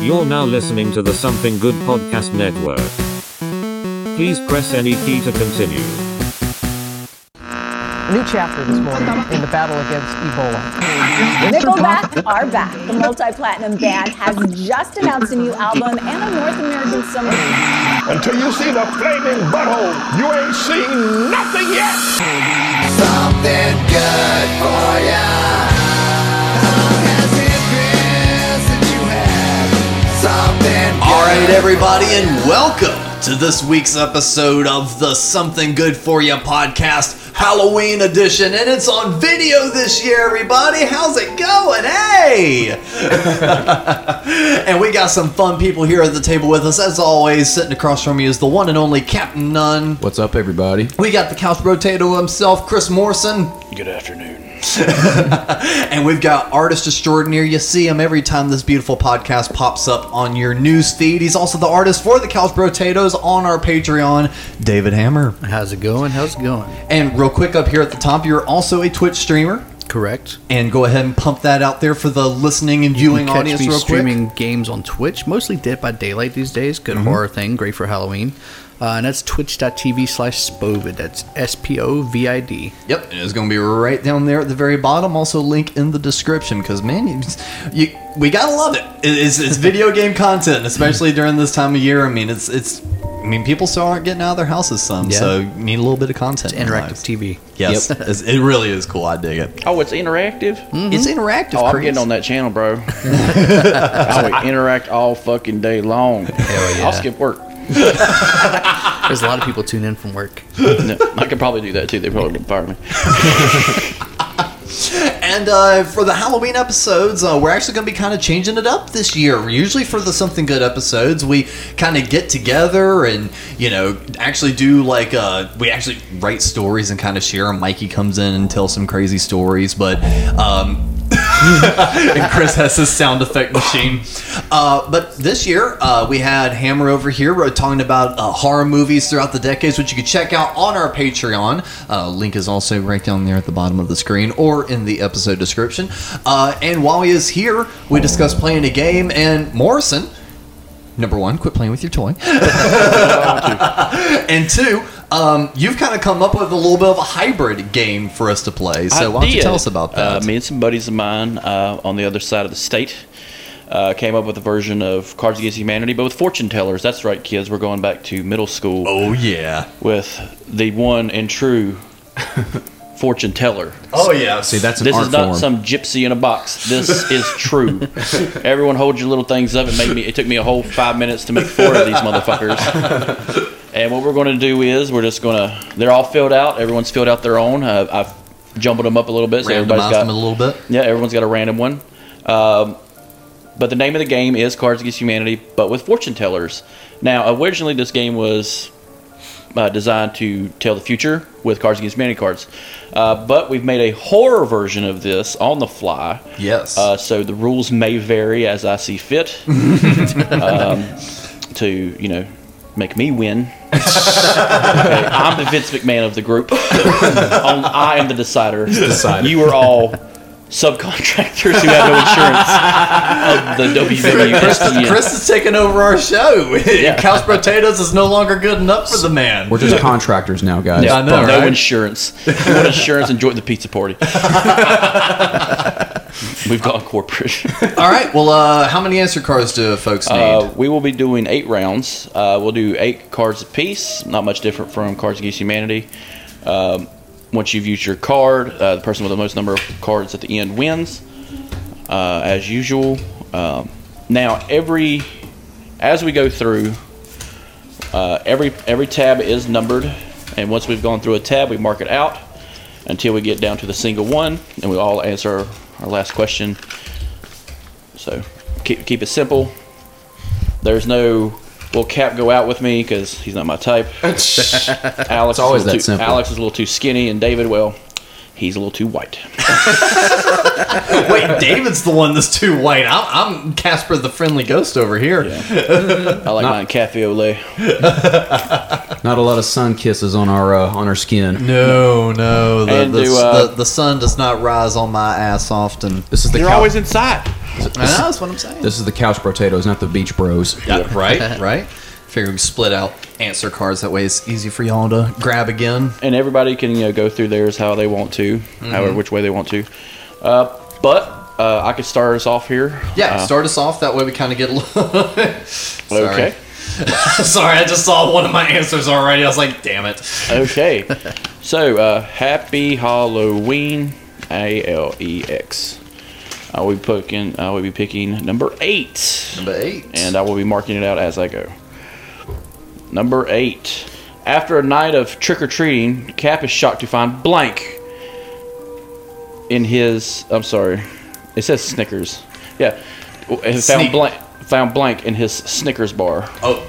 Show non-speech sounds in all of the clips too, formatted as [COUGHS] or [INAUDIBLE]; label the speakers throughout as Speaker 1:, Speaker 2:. Speaker 1: You're now listening to the Something Good Podcast Network. Please press any key to continue.
Speaker 2: New chapter this morning in the battle against Ebola.
Speaker 3: Nickelback are back. The multi-platinum band has just announced a new album and a North American summer.
Speaker 4: Until you see the flaming butthole, you ain't seen nothing yet.
Speaker 5: Something good for ya. How has it been since you had something good?
Speaker 6: All right, everybody, and welcome to this week's episode of the Something Good For You podcast, Halloween edition, and it's on video this year, everybody. How's it going? Hey! [LAUGHS] and we got some fun people here at the table with us, as always. Sitting across from you is the one and only Captain Nunn.
Speaker 7: What's up, everybody?
Speaker 6: We got the couch potato himself, Chris Morrison.
Speaker 8: Good afternoon.
Speaker 6: [LAUGHS] And we've got artist extraordinaire. You see him every time this beautiful podcast pops up on your news feed. He's also the artist for the Couch Potatoes on our Patreon, David Hammer.
Speaker 7: How's it going? How's it going?
Speaker 6: And real quick up here at the top, you're also a Twitch streamer.
Speaker 7: Correct.
Speaker 6: And go ahead and pump that out there for the listening and
Speaker 7: You
Speaker 6: viewing
Speaker 7: catch
Speaker 6: audience
Speaker 7: me
Speaker 6: real
Speaker 7: streaming games on Twitch, mostly Dead by Daylight these days. Good horror thing, great for Halloween. Uh, and that's twitch.tv slash spovid. That's S P O V I D.
Speaker 6: quick. Yep, and it's going to be right down there at the very bottom. Also, link in the description because, man, you, you, we got to love it. It- It's, it's video game content, especially during this time of year. I mean, it's it's. I mean, people still aren't getting out of their houses some,
Speaker 7: Yeah.
Speaker 6: so you need a little bit of content. in their
Speaker 7: Interactive
Speaker 6: lives.
Speaker 7: TV.
Speaker 6: Yes, it's- [LAUGHS] it really is cool. I dig it.
Speaker 8: Oh, it's interactive?
Speaker 7: Mm-hmm.
Speaker 6: It's interactive.
Speaker 8: Oh, I'm
Speaker 6: Chris.
Speaker 8: getting on that channel, bro.
Speaker 6: [LAUGHS]
Speaker 8: I would interact all fucking day long.
Speaker 7: yeah.
Speaker 8: I'll skip work.
Speaker 7: There's a lot of people tune in from work.
Speaker 8: No, I could probably do that too. They probably would fire me.
Speaker 6: And uh, for the Halloween episodes, uh, we're actually going to be kind of changing it up this year. Usually for the Something Good episodes, we kind of get together and, you know, actually do like, uh, we actually write stories and kind of share 'em. Mikey comes in and tells some crazy stories, but. Um, and Chris has his sound effect machine. Uh, but this year, uh, we had Hammer over here we're talking about uh, horror movies throughout the decades, which you can check out on our Patreon. Uh, link is also right down there at the bottom of the screen or in the episode description. Uh, and while he is here, we discuss playing a game, and Morrison. Number one, quit playing with your toy. [LAUGHS] and two, um, you've kind of come up with a little bit of a hybrid game for us to play. So why don't you
Speaker 8: did.
Speaker 6: tell us about that?
Speaker 8: Uh, me and some buddies of mine uh, on the other side of the state uh, came up with a version of Cards Against Humanity, but with fortune tellers. That's right, kids. We're going back to middle school
Speaker 6: oh yeah.
Speaker 8: with the one and true
Speaker 6: [LAUGHS]
Speaker 8: fortune teller.
Speaker 6: Oh yeah.
Speaker 7: See, that's an
Speaker 8: This
Speaker 7: art
Speaker 8: is not
Speaker 7: form.
Speaker 8: some gypsy in a box. This is
Speaker 6: [LAUGHS]
Speaker 8: true. Everyone, hold your little things up. It made me. It took me a whole five minutes to make four of these motherfuckers.
Speaker 6: [LAUGHS]
Speaker 8: and what we're going to do is we're just going to. They're all filled out. Everyone's filled out their own. Uh, I've jumbled them up a little bit. So everybody's
Speaker 6: randomized
Speaker 8: got.
Speaker 6: them a little bit.
Speaker 8: yeah, everyone's got a random one. Um, but the name of the game is Cards Against Humanity, but with fortune tellers. Now, originally, this game was uh, designed to tell the future with Cards Against Humanity cards. Uh, but we've made a horror version of this on the fly.
Speaker 6: Yes.
Speaker 8: Uh, so the rules may vary as I
Speaker 6: [LAUGHS]
Speaker 8: see fit um, to, you know, make me win. Okay, I'm the Vince McMahon of
Speaker 6: [LAUGHS]
Speaker 8: the group. Um, I am the decider. You are all subcontractors who have no insurance of the E. WWE.
Speaker 6: Chris, Chris is taking over our show. [LAUGHS] Couch potatoes is no longer good enough for the man.
Speaker 7: We're just contractors now, guys.
Speaker 8: Yeah,
Speaker 6: I know,
Speaker 8: No
Speaker 6: right?
Speaker 8: insurance. If you want insurance, enjoy the
Speaker 6: [LAUGHS]
Speaker 8: pizza party. We've gone corporate.
Speaker 6: All right. Well, uh, how many answer cards do folks need?
Speaker 8: Uh, we will be doing eight rounds. Uh, we'll do eight cards apiece. Not much different from Cards Against Humanity. Um, once you've used your card, uh, the person with the most number of cards at the end wins, uh, as usual. Um, now, every as we go through, uh, every every tab is numbered, and once we've gone through a tab, we mark it out until we get down to the single one, and we all answer our last question. So keep keep it simple. There's no will Cap go out with me because he's not my type. [LAUGHS] Alex is a
Speaker 7: always
Speaker 8: little
Speaker 7: that
Speaker 8: too,
Speaker 7: simple.
Speaker 8: Alex is a little too skinny, and David, well, he's a little too white. [LAUGHS]
Speaker 6: Wait, David's the one that's too white. I'm, I'm Casper the friendly ghost over here.
Speaker 8: I like mine cafe au lait.
Speaker 7: Not a lot of sun kisses on our uh, on our
Speaker 8: Mm-hmm.
Speaker 7: skin.
Speaker 6: No, no. The,
Speaker 8: And
Speaker 6: the,
Speaker 8: do, uh,
Speaker 6: the, the sun does not rise on my ass often.
Speaker 7: This is the
Speaker 8: You're
Speaker 7: couch.
Speaker 8: always inside.
Speaker 6: I know, that's what I'm saying.
Speaker 9: This is the couch potatoes, not the beach bros.
Speaker 6: Yeah, [LAUGHS] right, right. Figure we split out answer cards that way. It's easy for y'all to grab again.
Speaker 8: and everybody can you know go through theirs how they want to, however which way they want to. Uh, but uh, I could start us off here.
Speaker 6: Yeah,
Speaker 8: Uh,
Speaker 6: start us off that way. We kind of get. a little- [LAUGHS] Sorry.
Speaker 8: okay.
Speaker 6: Sorry, I just saw one of my answers already. I was like, damn it.
Speaker 8: [LAUGHS] Okay. so uh, happy Halloween, A L E X. I will be picking. I will be picking number eight.
Speaker 6: Number eight.
Speaker 8: and uh, I will be marking it out as I go. Number eight. After a night of trick or treating, Cap is shocked to find blank in his. I'm sorry, it says Snickers. Yeah, It found
Speaker 6: Sneak.
Speaker 8: blank. Found blank in his Snickers bar.
Speaker 6: oh,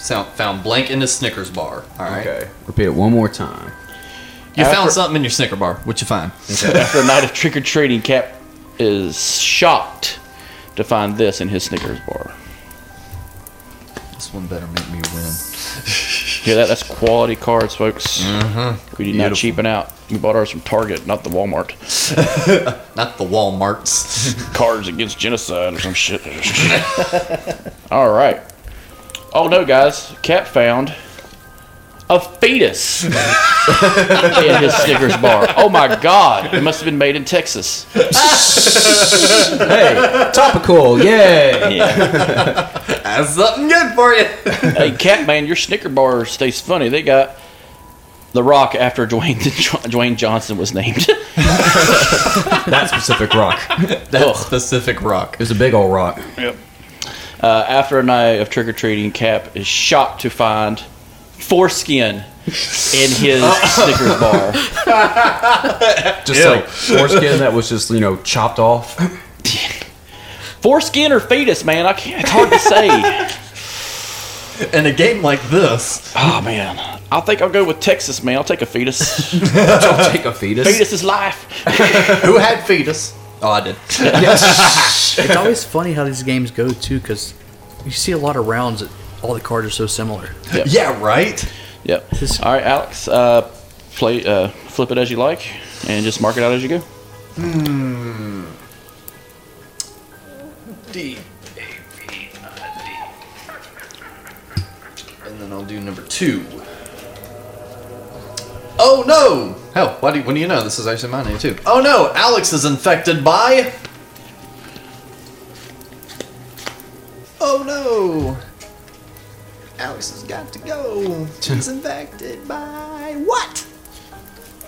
Speaker 6: sound, found blank in the Snickers bar. All right.
Speaker 9: Okay. Repeat it one more time.
Speaker 6: You found
Speaker 8: After-
Speaker 6: something in your Snicker bar. What you find?
Speaker 8: [LAUGHS] After a night of trick or treating, Cap is shocked to find this in his Snickers bar.
Speaker 6: This one better make me win.
Speaker 8: Hear that? That's quality cards, folks.
Speaker 9: Mm-hmm.
Speaker 8: We did
Speaker 6: Beautiful.
Speaker 8: not cheapen out. We bought ours from Target, not the Walmart.
Speaker 6: Not the Walmarts. [LAUGHS]
Speaker 8: Cards Against Genocide or some shit. [LAUGHS] All right. Oh no, guys! Cat found a fetus in his Snickers bar. Oh my God! It must have been made in Texas.
Speaker 9: Hey,
Speaker 8: [LAUGHS]
Speaker 9: topical, yay!
Speaker 6: That's something good for you. [LAUGHS]
Speaker 8: Hey, Cat man, your Snicker bar stays funny. They got the Rock after Dwayne [LAUGHS] Dwayne Johnson was named. [LAUGHS]
Speaker 9: That specific rock.
Speaker 6: That
Speaker 8: Ugh.
Speaker 6: Pacific Rock.
Speaker 9: It was a big old rock.
Speaker 8: Uh, after a night of trick or treating, Cap is shocked to find foreskin in his Snickers bar.
Speaker 9: Just like foreskin that was just, you know,
Speaker 8: [LAUGHS]
Speaker 9: chopped off.
Speaker 8: Foreskin or fetus, man? I can't. It's hard to say. [LAUGHS]
Speaker 6: In a game like this,
Speaker 8: Oh man, I think I'll go with Texas, man. I'll take a
Speaker 9: [LAUGHS]
Speaker 8: fetus.
Speaker 9: Don't take a fetus.
Speaker 8: fetus is life.
Speaker 6: who had fetus? Oh, I did.
Speaker 7: It's always funny how these games go too, because you see a lot of rounds that all the cards are so similar.
Speaker 6: yeah, right?
Speaker 8: Yep.
Speaker 7: This-
Speaker 8: All right, Alex. Uh, play, uh, flip it as you like, and just mark it out as you go.
Speaker 6: D A V I D. And then I'll do number two. Oh no! Hell, why do, when do you know this is actually my name too? Oh no! Alex is infected by. Oh no! Alex has got to go. [LAUGHS] She's infected by what?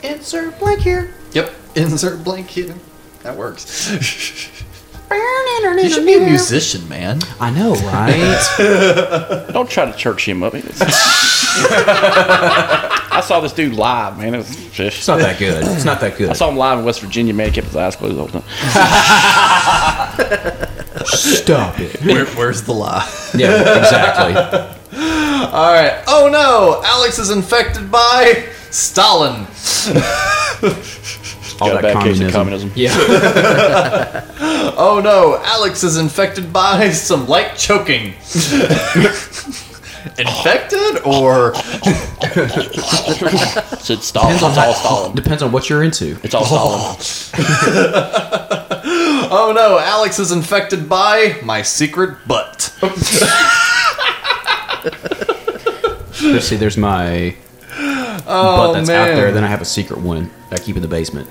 Speaker 6: Insert blank here. Yep, [LAUGHS] insert blank here. That works. [LAUGHS] you should be a musician, man.
Speaker 9: I know, right?
Speaker 8: Don't try to church him up. It's- [LAUGHS] I saw this dude live, man. It was
Speaker 9: it's not that good. It's not that
Speaker 8: I
Speaker 9: good.
Speaker 8: saw him live in West Virginia, man. He kept his eyes closed the whole time. [LAUGHS]
Speaker 9: Stop it.
Speaker 6: Where, where's the lie?
Speaker 9: Yeah, exactly.
Speaker 6: All right. Oh no, Alex is infected by Stalin.
Speaker 9: All
Speaker 8: Got a bad case of communism.
Speaker 9: Yeah.
Speaker 6: Oh no, Alex is infected by some light choking. [LAUGHS] infected or
Speaker 8: It's, it's Stalin. It's [LAUGHS] all Stalin.
Speaker 9: Depends on what
Speaker 8: [LAUGHS]
Speaker 9: you're into.
Speaker 8: It's all Stalin.
Speaker 6: oh no, Alex is infected by my secret butt.
Speaker 9: Let's see, there's my
Speaker 8: Oh,
Speaker 9: butt that's out there.
Speaker 6: man.
Speaker 9: Then I have a secret one that I keep in the basement.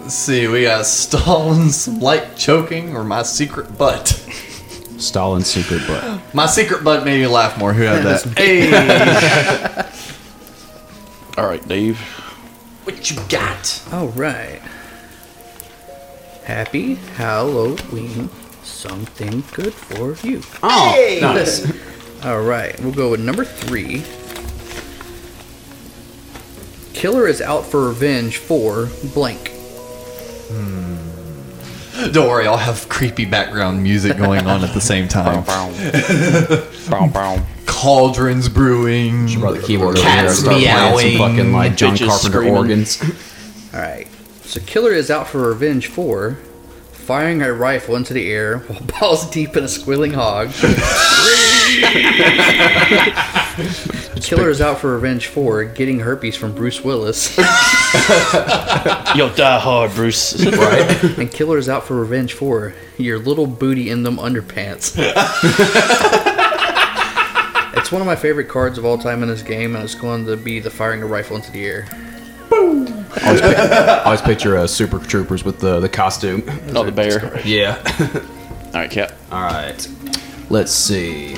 Speaker 6: Let's see, we got Stalin, some light choking, or my secret butt.
Speaker 9: Stalin's secret butt.
Speaker 6: My secret butt made me laugh more. Who had that? Hey,
Speaker 8: All right, Dave.
Speaker 6: what you got?
Speaker 7: All right. Happy Halloween. Something good for you.
Speaker 9: Oh, nice.
Speaker 7: [LAUGHS] All right, we'll go with number three. Killer is out for revenge for blank.
Speaker 6: Don't worry, I'll have creepy background music going on at the same time.
Speaker 8: Bow, bow.
Speaker 6: Cauldrons brewing.
Speaker 9: Brought the keyboard over here.
Speaker 6: Cats
Speaker 9: Start playing
Speaker 6: meowing,
Speaker 9: some fucking like John
Speaker 8: bitches
Speaker 9: Carpenter
Speaker 8: screaming. [LAUGHS]
Speaker 9: organs.
Speaker 7: All right, so Killer is out for revenge for firing a rifle into the air [LAUGHS] while
Speaker 9: [LAUGHS]
Speaker 7: balls deep in a squealing hog. Killer is out for revenge for getting herpes from Bruce Willis,
Speaker 8: Yo, die hard, Bruce.
Speaker 9: [LAUGHS] right?
Speaker 7: and Killer is out for revenge for your little booty in
Speaker 6: [LAUGHS]
Speaker 7: them underpants. it's one of my favorite cards of all time in this game, and it's going to be the firing a rifle into the air.
Speaker 9: I always picture uh, Super Troopers with the the costume.
Speaker 8: Not the bear.
Speaker 9: Yeah.
Speaker 8: All right, Cap.
Speaker 9: All right. Let's see.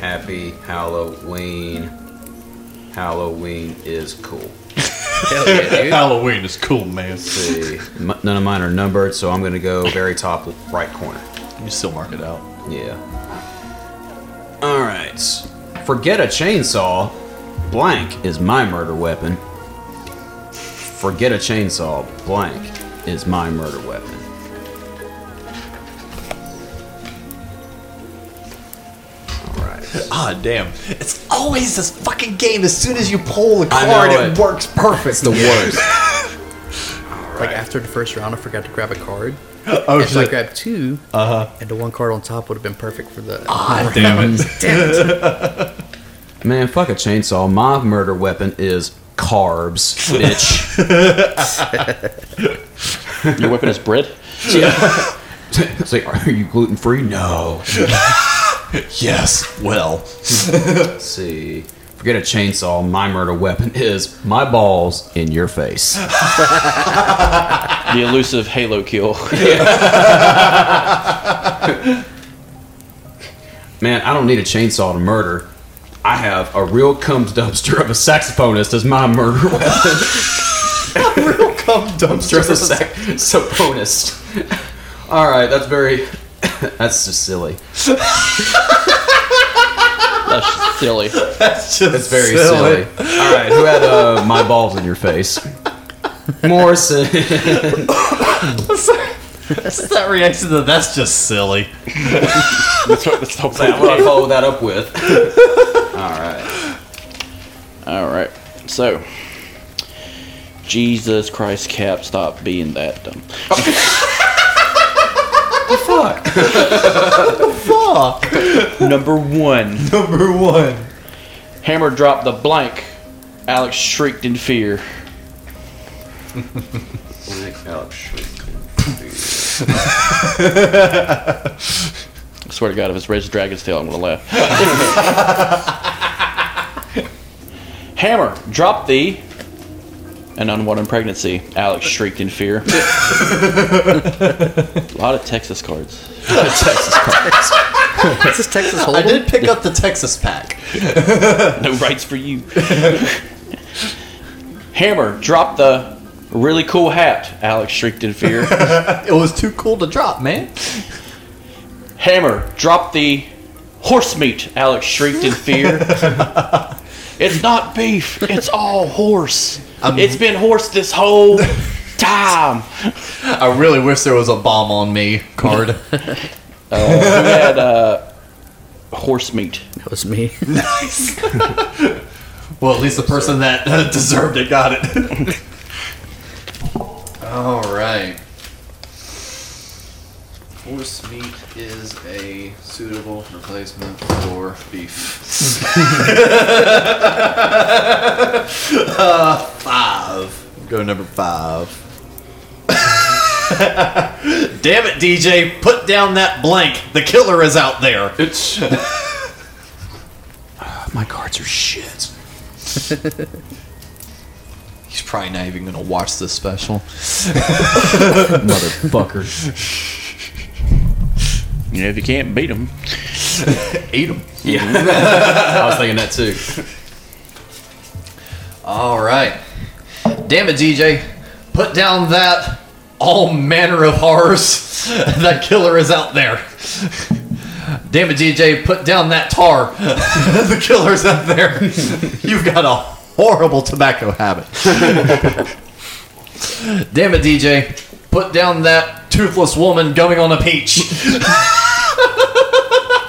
Speaker 9: Happy Halloween. Halloween is cool.
Speaker 7: Hell
Speaker 6: [LAUGHS]
Speaker 7: yeah, dude.
Speaker 6: Halloween is cool, man.
Speaker 9: Let's see. M- none of mine are numbered, so I'm gonna go very top right corner.
Speaker 6: You still mark it out.
Speaker 9: Yeah. All right. Forget a chainsaw. Blank is my murder weapon. Forget a chainsaw. Blank is my murder weapon. All right.
Speaker 6: Ah, damn. It's always this fucking game. As soon as you pull the
Speaker 9: I know
Speaker 6: card, it.
Speaker 9: it.
Speaker 6: works perfect.
Speaker 9: It's the worst.
Speaker 7: Like after the first round, I forgot to grab a card.
Speaker 6: Oh,
Speaker 7: And so I
Speaker 6: shit.
Speaker 7: grabbed two, uh-huh. and the one card on top would have been perfect for the.
Speaker 6: Ah, damn it.
Speaker 9: Man, fuck a chainsaw. My murder weapon is carbs, [LAUGHS] bitch.
Speaker 8: Your weapon is bread.
Speaker 9: [LAUGHS] it's like, are you gluten free? No.
Speaker 6: [LAUGHS] yes. Well.
Speaker 9: [LAUGHS] Let's see. Forget a chainsaw. My murder weapon is my balls in your face.
Speaker 8: The elusive Halo kill. [LAUGHS]
Speaker 9: Man, I don't need a chainsaw to murder. I have a real cums dumpster of a saxophonist as my murder [LAUGHS] weapon.
Speaker 6: Come
Speaker 9: dumpster of a
Speaker 6: dumpster.
Speaker 9: saxophonist. All right, that's very. [LAUGHS] That's just silly.
Speaker 8: That's just silly.
Speaker 9: That's very silly. All right, who had uh, my balls in your face? Morrison.
Speaker 6: That's that reaction to that's just silly.
Speaker 8: That's what, that's the whole
Speaker 9: That's what I follow [LAUGHS] that up with. All right.
Speaker 8: All right. So, Jesus Christ, Cap, stop being that dumb. [LAUGHS]
Speaker 9: Fuck.
Speaker 8: Number one.
Speaker 6: Number one.
Speaker 8: Hammer dropped the blank. Alex shrieked in
Speaker 6: [LAUGHS]
Speaker 8: fear. I swear to God, if it's Red Dragon's Tail, I'm gonna laugh. Hammer dropped the an unwanted pregnancy. Alex shrieked in fear. A lot of Texas cards.
Speaker 7: Is this Texas
Speaker 6: I
Speaker 7: Hold'em?
Speaker 6: did pick up the Texas pack.
Speaker 8: No rights for you. Hammer dropped the really cool hat. Alex shrieked in fear.
Speaker 6: It was too cool to drop, man.
Speaker 8: Hammer dropped the horse meat. Alex shrieked in fear. it's not beef. It's all horse. it's been horse this whole time.
Speaker 6: I really wish there was a bomb on me card.
Speaker 8: We had uh, horse meat.
Speaker 7: That was me.
Speaker 6: well, at least the person that uh, [LAUGHS] deserved it got it. [LAUGHS] All right. Horse meat is a suitable replacement for beef. [LAUGHS] uh, five. Go number five. [LAUGHS] Damn it, DJ! Put down that blank. The killer is out there.
Speaker 9: It's. My cards are shit.
Speaker 6: He's probably not even gonna watch this special.
Speaker 9: Motherfucker.
Speaker 8: You know, if you can't beat them,
Speaker 6: Eat him.
Speaker 9: Yeah. I was thinking that too.
Speaker 6: All right. Damn it, DJ. Put down that all manner of horrors. [LAUGHS] that killer is out there. [LAUGHS] Damn it, DJ. Put down that tar. [LAUGHS] the killer's out there. [LAUGHS] You've got a horrible tobacco habit. [LAUGHS] Damn it, DJ. Put down that toothless woman going on a peach. [LAUGHS]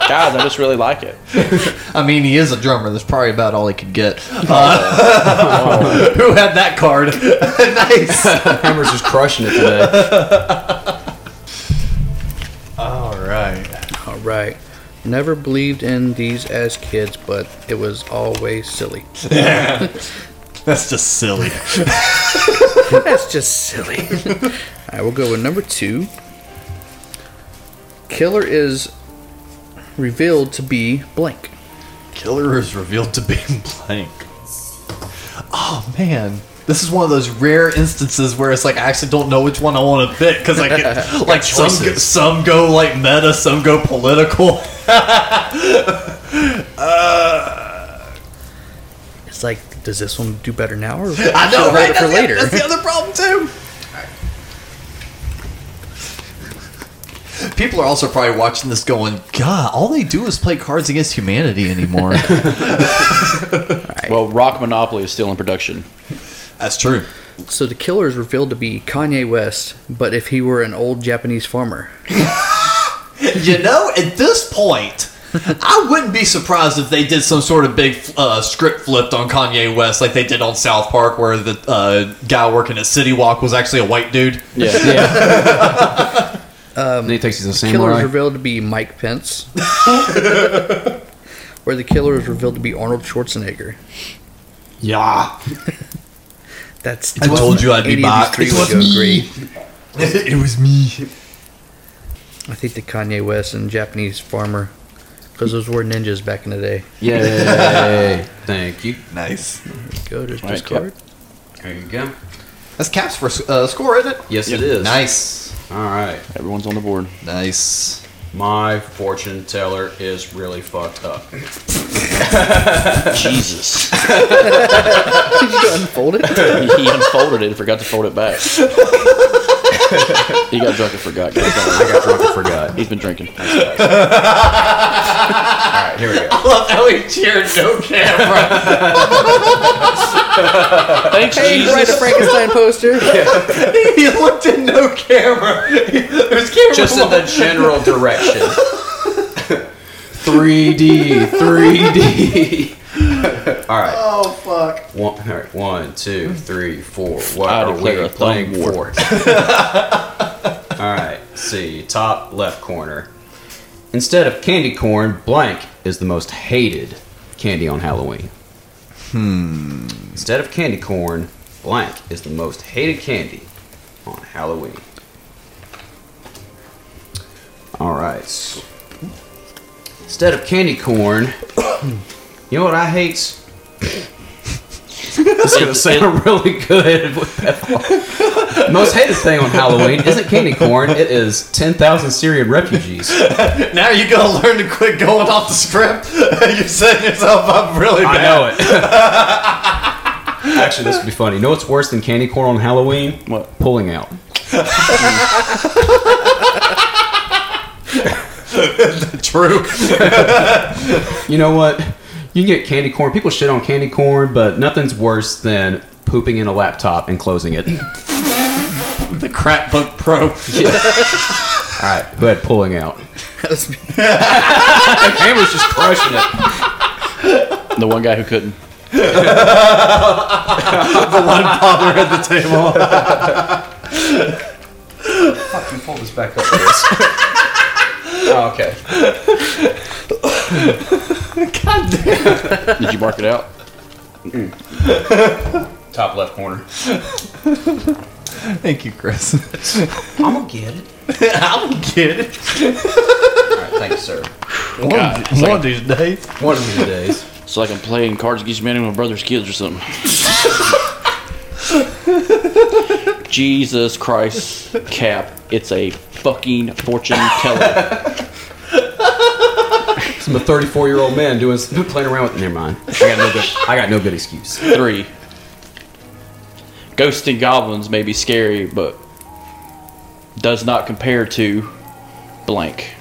Speaker 8: guys, I just really like it.
Speaker 6: I mean, he is a drummer. That's probably about all he could get. Uh, who had that card? [LAUGHS] nice.
Speaker 9: Hammer's just crushing it today.
Speaker 6: All right.
Speaker 7: All right. Never believed in these as kids, but it was always silly.
Speaker 6: That's just silly.
Speaker 7: That's just silly. [LAUGHS] I will go with number two. Killer is revealed to be blank.
Speaker 6: Killer is revealed to be [LAUGHS] blank. Oh man, this is one of those rare instances where it's like I actually don't know which one I want to pick because I [LAUGHS] get like some go,
Speaker 9: choices.
Speaker 6: some go like meta, some go political.
Speaker 7: It's like, does this one do better now
Speaker 6: [LAUGHS]
Speaker 7: or
Speaker 6: I know,
Speaker 7: should've
Speaker 6: right? [LAUGHS]
Speaker 7: it for
Speaker 6: That's the-
Speaker 7: later?
Speaker 6: that's the other problem too. People are also probably watching this going, God, all they do is play Cards Against Humanity anymore.
Speaker 8: Well, Rock Monopoly is still in production.
Speaker 6: [LAUGHS] that's true.
Speaker 7: So the killer is revealed to be Kanye West, but if he were an old Japanese farmer.
Speaker 6: You know, at this point, I wouldn't be surprised if they did some sort of big uh, script flipped on Kanye West, like they did on South Park, where the uh, guy working at City Walk was actually a white dude.
Speaker 8: [LAUGHS] Yeah.
Speaker 6: Um,
Speaker 9: and he thinks he's a
Speaker 7: Killer is
Speaker 9: samurai.
Speaker 7: revealed to be Mike Pence. or the killer is revealed to be Arnold Schwarzenegger.
Speaker 9: Yeah.
Speaker 7: [LAUGHS] That's
Speaker 6: I told you I'd be
Speaker 7: any of
Speaker 6: back.
Speaker 7: these three would go great.
Speaker 6: [LAUGHS] it was me.
Speaker 7: I think the Kanye West and Japanese farmer, because those were ninjas back in the day.
Speaker 9: Yay. Thank you.
Speaker 6: Nice.
Speaker 7: Go to
Speaker 8: Right,
Speaker 7: discard.
Speaker 9: There you go.
Speaker 6: That's caps for uh, score, isn't it?
Speaker 9: Yes, it is.
Speaker 6: Nice.
Speaker 9: All right.
Speaker 8: Everyone's on the board.
Speaker 6: Nice.
Speaker 9: My fortune teller is really fucked [LAUGHS] up.
Speaker 8: Jesus.
Speaker 7: Did you unfold [LAUGHS] it?
Speaker 8: [LAUGHS] he unfolded it and forgot to fold it back. [LAUGHS] he got drunk and forgot. God damn it.
Speaker 9: I got drunk and forgot.
Speaker 8: He's been drinking.
Speaker 9: All right, here we go.
Speaker 6: Love how he cheered no camera.
Speaker 8: Thanks, Jesus.
Speaker 7: Right, a Frankenstein poster.
Speaker 6: he looked at no camera. There's camera.
Speaker 9: Just in the general direction. [LAUGHS] 3D, 3D. [LAUGHS] all right. Oh fuck. One, all right. One, two, three, four. What
Speaker 8: I
Speaker 9: are
Speaker 8: declare
Speaker 9: we
Speaker 8: a thumb
Speaker 9: playing
Speaker 8: war.
Speaker 9: for? [LAUGHS] all right. See, top left corner. Instead of candy corn, blank is the most hated candy on Halloween. Hmm. Instead of candy corn, blank is the most hated candy on Halloween. All right. Instead of candy corn, [COUGHS] you know what I [LAUGHS] hate? It's gonna sound really [LAUGHS] good. Most hated thing on Halloween isn't candy corn. It is ten thousand Syrian refugees.
Speaker 6: Now you gotta learn to quit going off the script. [LAUGHS] You're setting yourself up really
Speaker 9: [LAUGHS] I
Speaker 6: bad.
Speaker 9: know it. [LAUGHS] Actually, this would be funny. You know what's worse than candy corn on Halloween?
Speaker 8: What?
Speaker 9: Pulling out.
Speaker 6: True.
Speaker 9: You know what? You can get candy corn. People shit on candy corn, but nothing's worse than pooping in a laptop and closing it. All
Speaker 6: [LAUGHS] the crap book pro.
Speaker 9: right, go ahead. Pulling [LAUGHS] out.
Speaker 7: That's me.
Speaker 9: The camera's just crushing it.
Speaker 8: The one guy who couldn't.
Speaker 9: Fuck, you pulled this back up. Chris. oh, okay.
Speaker 8: Did you mark it out?
Speaker 9: Top left corner.
Speaker 6: Thank you, Chris.
Speaker 9: I'm gonna get it.
Speaker 6: I'm kidding.
Speaker 9: All right, thank you, sir.
Speaker 6: One,
Speaker 8: God, it's
Speaker 6: one
Speaker 8: like-
Speaker 6: of these days.
Speaker 9: One of these days.
Speaker 8: It's like I'm playing Cards Against Humanity with my brother's kids or [LAUGHS] something. Jesus Christ, Cap. It's a fucking fortune teller.
Speaker 9: I'm a 34 year old man doing playing around with. Never mind. I got no good. I got no good excuse.
Speaker 8: Three. Ghosts and Goblins may be scary, but does not compare to blank.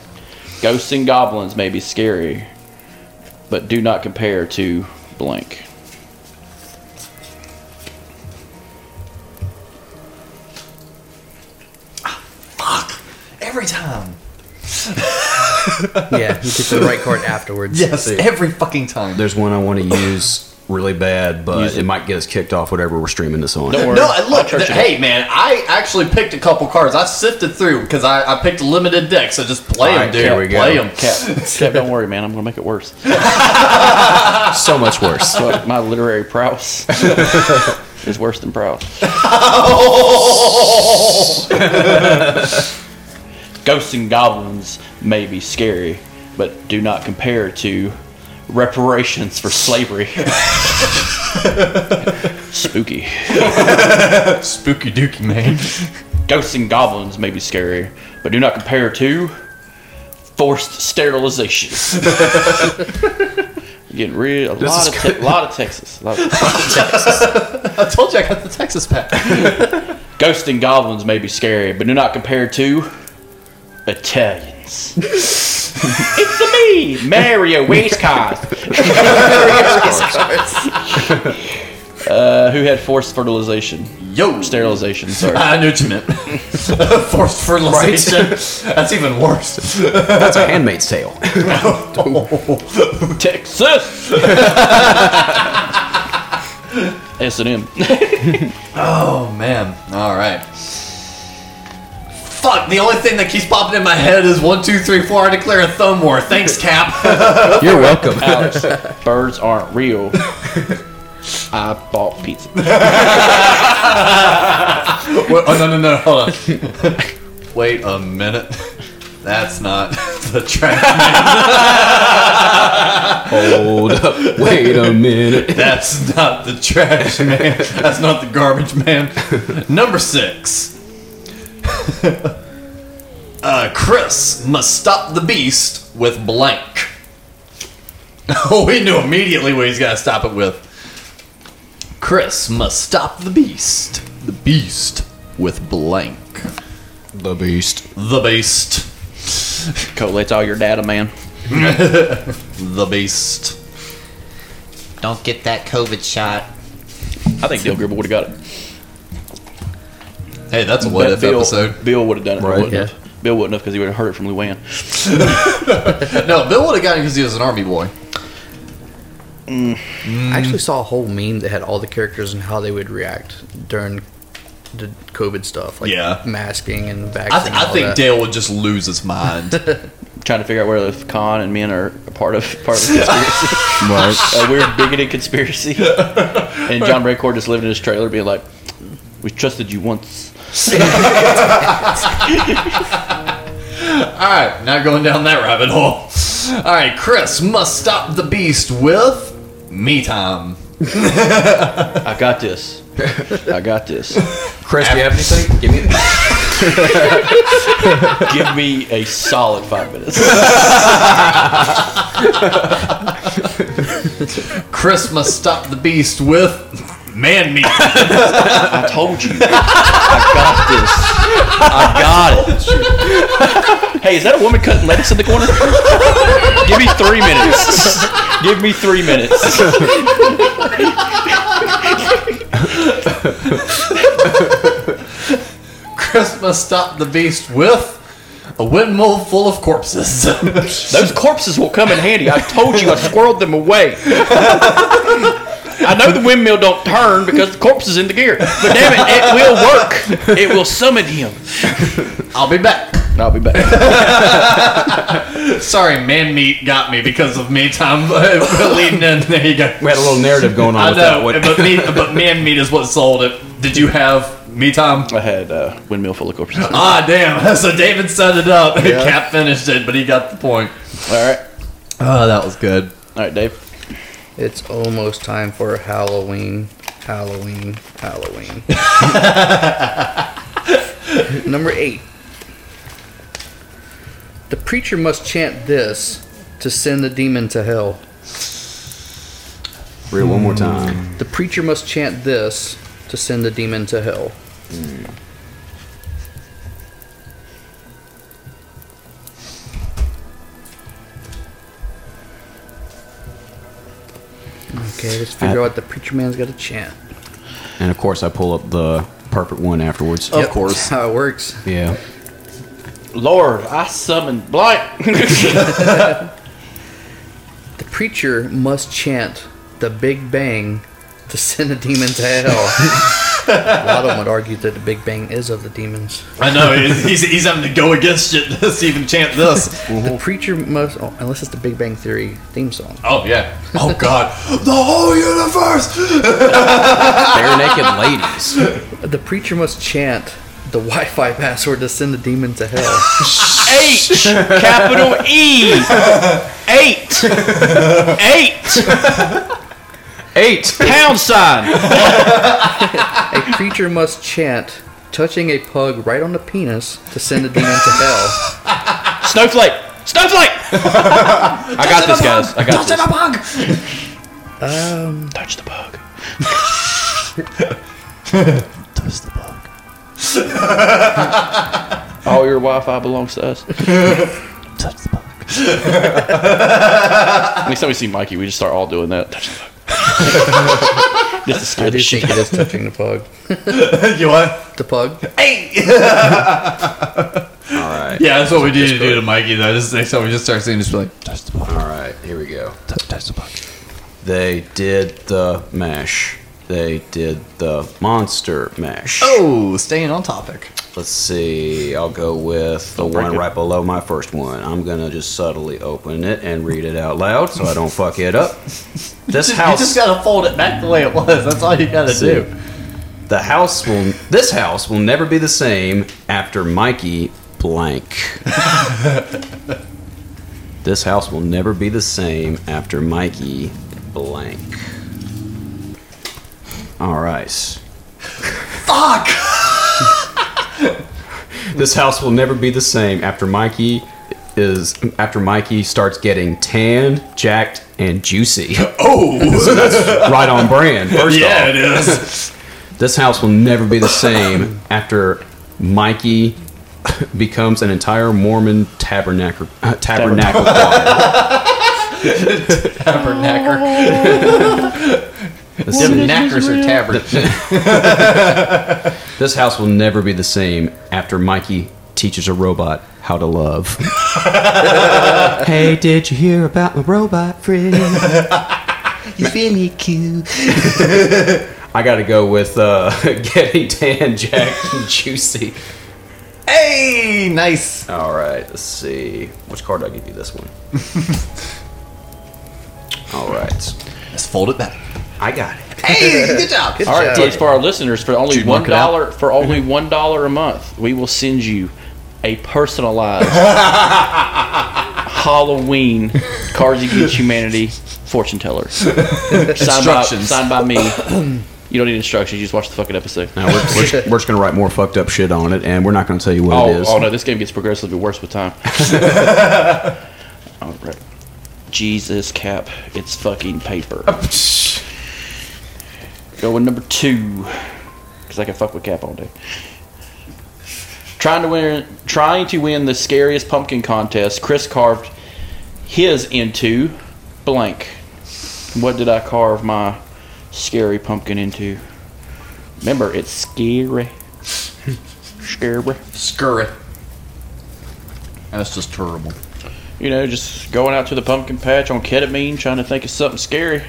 Speaker 8: Ghosts and Goblins may be scary, but do not compare to blank.
Speaker 6: Fuck. Every time.
Speaker 7: Yeah, you took the right card afterwards.
Speaker 6: Yes, every fucking time.
Speaker 9: There's one I want to use really bad, but it might get us kicked off whatever we're streaming this on.
Speaker 8: Don't worry.
Speaker 6: No, I
Speaker 8: I'll
Speaker 6: look.
Speaker 8: church
Speaker 6: th-
Speaker 8: it
Speaker 6: hey, man, I actually picked a couple cards. I sifted through because I, I picked a limited deck, so just play
Speaker 9: All
Speaker 6: them,
Speaker 9: right,
Speaker 6: dude.
Speaker 9: here we go.
Speaker 6: Play them. [LAUGHS]
Speaker 8: Cap, Cap, don't worry, man. I'm gonna make it worse.
Speaker 9: so much worse. [LAUGHS]
Speaker 8: But [LAUGHS] my literary prowess is worse than proud. [LAUGHS] Ghosts and goblins may be scary, but do not compare to reparations for slavery. Spooky.
Speaker 6: Spooky dookie, man.
Speaker 8: Ghosts and goblins may be scary, but do not compare to forced sterilization. Getting rid a lot
Speaker 9: is
Speaker 8: of, te- lot of Texas. A
Speaker 6: [LAUGHS]
Speaker 8: lot of-
Speaker 6: I told you I got the Texas pack.
Speaker 8: [LAUGHS] Ghosts and goblins may be scary, but do not compare to Italians.
Speaker 6: [LAUGHS]
Speaker 8: it's me, Mario
Speaker 6: [LAUGHS]
Speaker 8: Wiscott, uh, who had forced fertilization,
Speaker 6: Yo,
Speaker 8: sterilization.
Speaker 6: [LAUGHS]
Speaker 8: Sorry,
Speaker 6: I knew what you meant. Forced [LAUGHS] fertilization. That's even worse.
Speaker 9: That's a Handmaid's Tale.
Speaker 6: [LAUGHS]
Speaker 8: Texas. S and M.
Speaker 6: Oh man. All right. Fuck. The only thing that keeps popping in my head is one, two, three, four. I declare a thumb war. Thanks, [LAUGHS] Cap.
Speaker 9: You're welcome.
Speaker 8: Alex, birds aren't
Speaker 6: [LAUGHS]
Speaker 8: real. I bought pizza.
Speaker 6: Wait, oh no, no, no. Hold on. [LAUGHS] Wait a minute. That's not [LAUGHS] the track.
Speaker 9: Hold up. Wait a minute.
Speaker 6: [LAUGHS] That's not the trash man. That's not the garbage man. Number six. [LAUGHS] Uh, Chris must stop the beast with blank. [LAUGHS] Oh, we knew immediately what he's got to stop it with. Chris must stop the beast. The beast with blank.
Speaker 9: The Beast.
Speaker 6: The beast.
Speaker 8: Collate's all your data, man.
Speaker 6: The beast.
Speaker 10: Don't get that COVID shot.
Speaker 8: I think Dale Gribble would have got it.
Speaker 6: Hey, that's a what
Speaker 8: That
Speaker 6: if
Speaker 8: Bill,
Speaker 6: episode.
Speaker 8: Bill would have done it. but
Speaker 9: Right.
Speaker 8: wouldn't have. Bill wouldn't have because he would have heard it from Luann.
Speaker 6: [LAUGHS] No, Bill would have gotten it because he was an army boy.
Speaker 7: [LAUGHS] I actually saw a whole meme that had all the characters and how they would react during the COVID stuff, like
Speaker 6: Yeah.
Speaker 7: masking and vaccine.
Speaker 6: I, th-
Speaker 7: and
Speaker 6: I
Speaker 7: all
Speaker 6: think
Speaker 7: that.
Speaker 6: Dale would just lose his [LAUGHS] mind.
Speaker 8: Trying to figure out whether if Khan and men are a part of part of the conspiracy,
Speaker 6: [LAUGHS]
Speaker 8: a weird bigoted conspiracy. And John Raycord just living in his trailer, being like, "We trusted you once."
Speaker 6: All right, not going down that rabbit hole. All right, Chris must stop the beast with me time.
Speaker 8: I got this. I got this.
Speaker 9: Chris, do you have anything? Give me the
Speaker 8: Give me a solid five minutes.
Speaker 6: Chris must stop the beast with man [LAUGHS] meat.
Speaker 8: I told you. I got this. I got it. Hey, is that a woman cutting lettuce in the corner? Give me three minutes. Give me three minutes.
Speaker 6: Chris must stop the beast with a windmill full of [LAUGHS] corpses.
Speaker 8: Those corpses will come in handy. I told you I squirreled them away. I know the windmill don't turn because the corpse is in the gear. But damn it, it will work. It will summon him.
Speaker 6: I'll be back.
Speaker 8: I'll be back.
Speaker 6: [LAUGHS] Sorry, man meat got me because of me time [LAUGHS] leading in. There you go.
Speaker 9: We had a little narrative going on
Speaker 6: I
Speaker 9: with
Speaker 6: know,
Speaker 9: that one.
Speaker 6: but, [LAUGHS] me, but man meat is what sold it. Did you have me time?
Speaker 8: I had uh, windmill full of corpses. All
Speaker 6: Ah, damn. [LAUGHS] So David set it up. [LAUGHS] Cap finished it, but he got the point.
Speaker 8: right.
Speaker 6: Oh, that was good.
Speaker 8: All right, Dave.
Speaker 7: It's almost time for Halloween, Halloween, Halloween. Number eight. The preacher must chant this to send the demon to hell.
Speaker 9: Read it one more time.
Speaker 7: The preacher must chant this to send the demon to hell. Okay, let's figure out what the preacher man's got to chant.
Speaker 9: And of course, I pull up the perfect one afterwards.
Speaker 7: Yep, That's how it works.
Speaker 9: Yeah.
Speaker 8: Lord, I summoned blank.
Speaker 7: The preacher must chant the Big Bang to send the demon to hell. A lot of them would argue that the Big Bang is of the demons.
Speaker 6: I know he's, he's- he's having to go against [LAUGHS] it to even chant this.
Speaker 7: the preacher must, oh, unless it's the Big Bang Theory theme song.
Speaker 6: Oh yeah. Oh God, the whole universe.
Speaker 9: Bare naked ladies.
Speaker 7: The preacher must chant the Wi-Fi password to send the demon to
Speaker 8: [LAUGHS]
Speaker 7: hell.
Speaker 8: H capital E eight eight
Speaker 9: Eight.
Speaker 8: pound sign.
Speaker 7: a preacher must chant touching a pug right on the penis to send the demon to
Speaker 8: [LAUGHS]
Speaker 7: hell.
Speaker 8: Snowflake. Snowflake. I got this, guys. I got this.
Speaker 7: Um,
Speaker 8: Touch the bug.
Speaker 6: Touch the bug.
Speaker 8: All your Wi-Fi belongs to us.
Speaker 6: Touch the bug.
Speaker 8: Next time we see Mikey, we just start all doing that. Touch the bug. just to
Speaker 7: I
Speaker 8: scare the
Speaker 7: do
Speaker 8: shit.
Speaker 7: think it is touching the pug.
Speaker 6: [LAUGHS] You what?
Speaker 7: The pug.
Speaker 9: Alright.
Speaker 6: [LAUGHS] Yeah, that's what we need to do to Mikey though. Just next time we just start seeing, just be like, touch the bug.
Speaker 9: Alright, here we go.
Speaker 6: Touch the bug.
Speaker 9: They did the mesh. They did the monster mesh.
Speaker 6: Oh, staying on topic.
Speaker 9: Let's see. I'll go with the
Speaker 8: break
Speaker 9: one
Speaker 8: it.
Speaker 9: right below my first one. I'm gonna just subtly open it and read it out loud so I don't fuck
Speaker 6: [LAUGHS]
Speaker 9: it up. This house.
Speaker 6: You just gotta fold it back the way it was. That's all you gotta
Speaker 9: See.
Speaker 6: do.
Speaker 9: The house will. This house will never be the same after Mikey blank. this house will never be the same after Mikey blank. All right.
Speaker 6: Fuck.
Speaker 9: [LAUGHS] This house will never be the same after Mikey is after Mikey starts getting tan, jacked, and juicy.
Speaker 6: [LAUGHS]
Speaker 9: [LAUGHS]
Speaker 6: Oh.
Speaker 9: right on brand. First off.
Speaker 6: yeah, it is.
Speaker 9: [LAUGHS] This house will never be the same after Mikey [LAUGHS] becomes an entire Mormon tabernacle. uh, tabernacle. choir.
Speaker 6: Tabernacle. [LAUGHS]
Speaker 9: This-
Speaker 10: Them knackers are tavern.
Speaker 9: this house will never be the same after Mikey teaches a robot how to love. hey, did you hear about my robot friend?
Speaker 10: He's really cute.
Speaker 9: [LAUGHS] I gotta go with uh, [LAUGHS] getting tan, jacked, and juicy.
Speaker 6: Hey, nice.
Speaker 9: All right, let's see. Which card do I give you this one? All right,
Speaker 6: Let's fold it back.
Speaker 9: I got it.
Speaker 6: Hey, good job.
Speaker 8: All right, folks, for our listeners, for only
Speaker 6: Should we
Speaker 8: one
Speaker 6: mark it out?
Speaker 8: dollar, for only one dollar a month, we will send you a [LAUGHS] personalized Halloween Cards Against Humanity fortune [LAUGHS] teller. signed by,
Speaker 6: Instructions.
Speaker 8: signed by me. You don't need instructions. You just watch the fucking episode.
Speaker 9: Now we're, we're, just- we're just gonna write more fucked up shit on it, and we're not gonna tell you what it
Speaker 8: Oh,
Speaker 9: is.
Speaker 8: oh no, this game gets progressively worse with
Speaker 9: [LAUGHS]
Speaker 8: time. All right. Jesus cap, it's fucking
Speaker 9: [LAUGHS]
Speaker 8: paper. Going number two, because I can fuck with cap all day. Trying to win, trying to win the scariest pumpkin contest. Chris carved his into blank. What did I carve my scary pumpkin into? Remember, it's
Speaker 9: [LAUGHS]
Speaker 8: scary. Scary.
Speaker 6: Scurry. That's just terrible.
Speaker 8: you know, just going out to the pumpkin patch on ketamine, trying to think of something scary.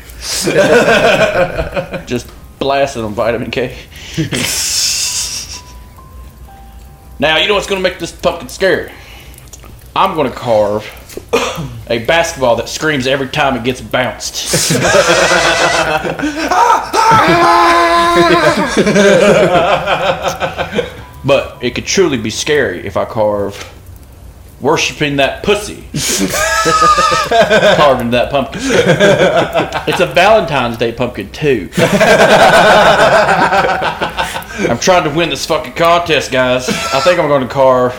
Speaker 8: just blasting on vitamin K. now, you know what's going to make this pumpkin scary? I'm going to carve a basketball that screams every time it gets bounced. but it could truly be scary if I carve worshiping that pussy carved into that pumpkin. it's a Valentine's Day pumpkin too. I'm trying to win this fucking contest, guys. I think I'm going to carve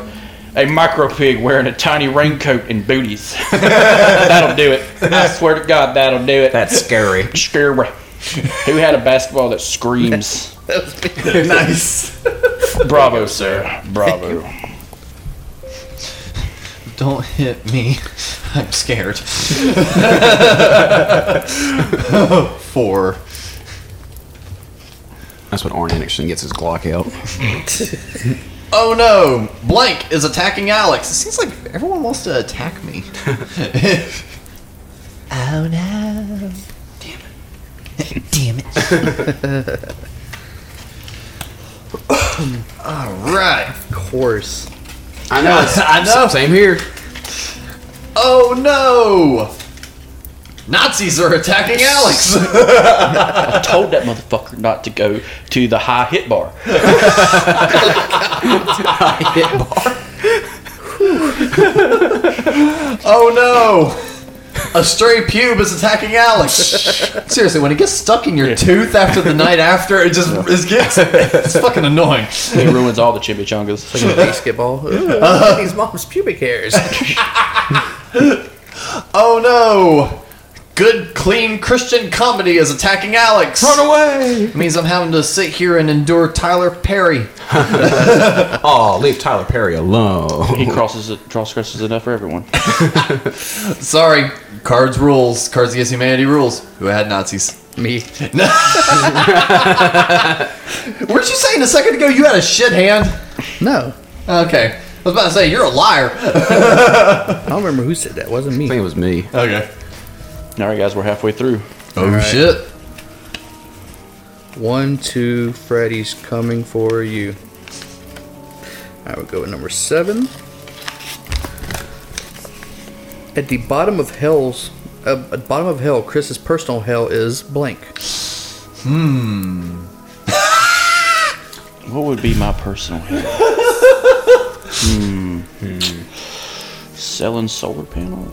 Speaker 8: a micro pig wearing a tiny raincoat and booties. that'll do it. I swear to God, that'll do it.
Speaker 9: That's scary.
Speaker 8: Scary. Who had a basketball that screams?
Speaker 6: [LAUGHS] nice.
Speaker 8: Bravo, sir. Bravo.
Speaker 6: Don't hit me. [LAUGHS] I'm [LAUGHS] scared. Four.
Speaker 9: That's what Arn Anderson gets his Glock out.
Speaker 6: Oh no! Blank is attacking Alex. It seems like everyone wants to [LAUGHS] attack me.
Speaker 10: Oh no. Damn it. Damn it.
Speaker 6: [LAUGHS] All right.
Speaker 7: Of course.
Speaker 9: I [LAUGHS] know. it's-
Speaker 6: I know.
Speaker 9: Same here.
Speaker 6: Oh no! Nazis are attacking Alex.
Speaker 8: I told that motherfucker not to go to the high hit bar.
Speaker 6: oh no! A stray pube is attacking Alex. [LAUGHS] Seriously, when it gets stuck in your tooth after the night after, it just it gets it's fucking annoying.
Speaker 8: It ruins all the chimichangas.
Speaker 7: Like
Speaker 6: [LAUGHS]
Speaker 7: a basketball. Ooh, look
Speaker 6: Uh-huh.
Speaker 7: at these mom's pubic hairs.
Speaker 6: Oh no! Good, clean Christian comedy is attacking Alex. Run away! It means I'm having to sit here and endure Tyler Perry.
Speaker 9: Oh, leave Tyler Perry alone. [LAUGHS]
Speaker 8: He crosses it, cross crosses enough for everyone.
Speaker 6: Sorry, cards rules. Cards Against Humanity rules. Who had Nazis? [LAUGHS]
Speaker 7: Me.
Speaker 6: Weren't you saying a second ago you had a shit hand?
Speaker 7: No.
Speaker 6: Okay. I was about to say, you're a liar.
Speaker 7: I don't remember who said that. It wasn't
Speaker 9: I
Speaker 7: me.
Speaker 9: think it was me.
Speaker 6: Okay.
Speaker 8: All right, guys, we're halfway through.
Speaker 6: Oh, shit.
Speaker 7: One, two, Freddy's coming for you. I would go with number seven. At the bottom of hell's, uh, at the bottom of hell, Chris's personal hell is blank.
Speaker 8: What would be my personal hit? hmm. Selling solar panels.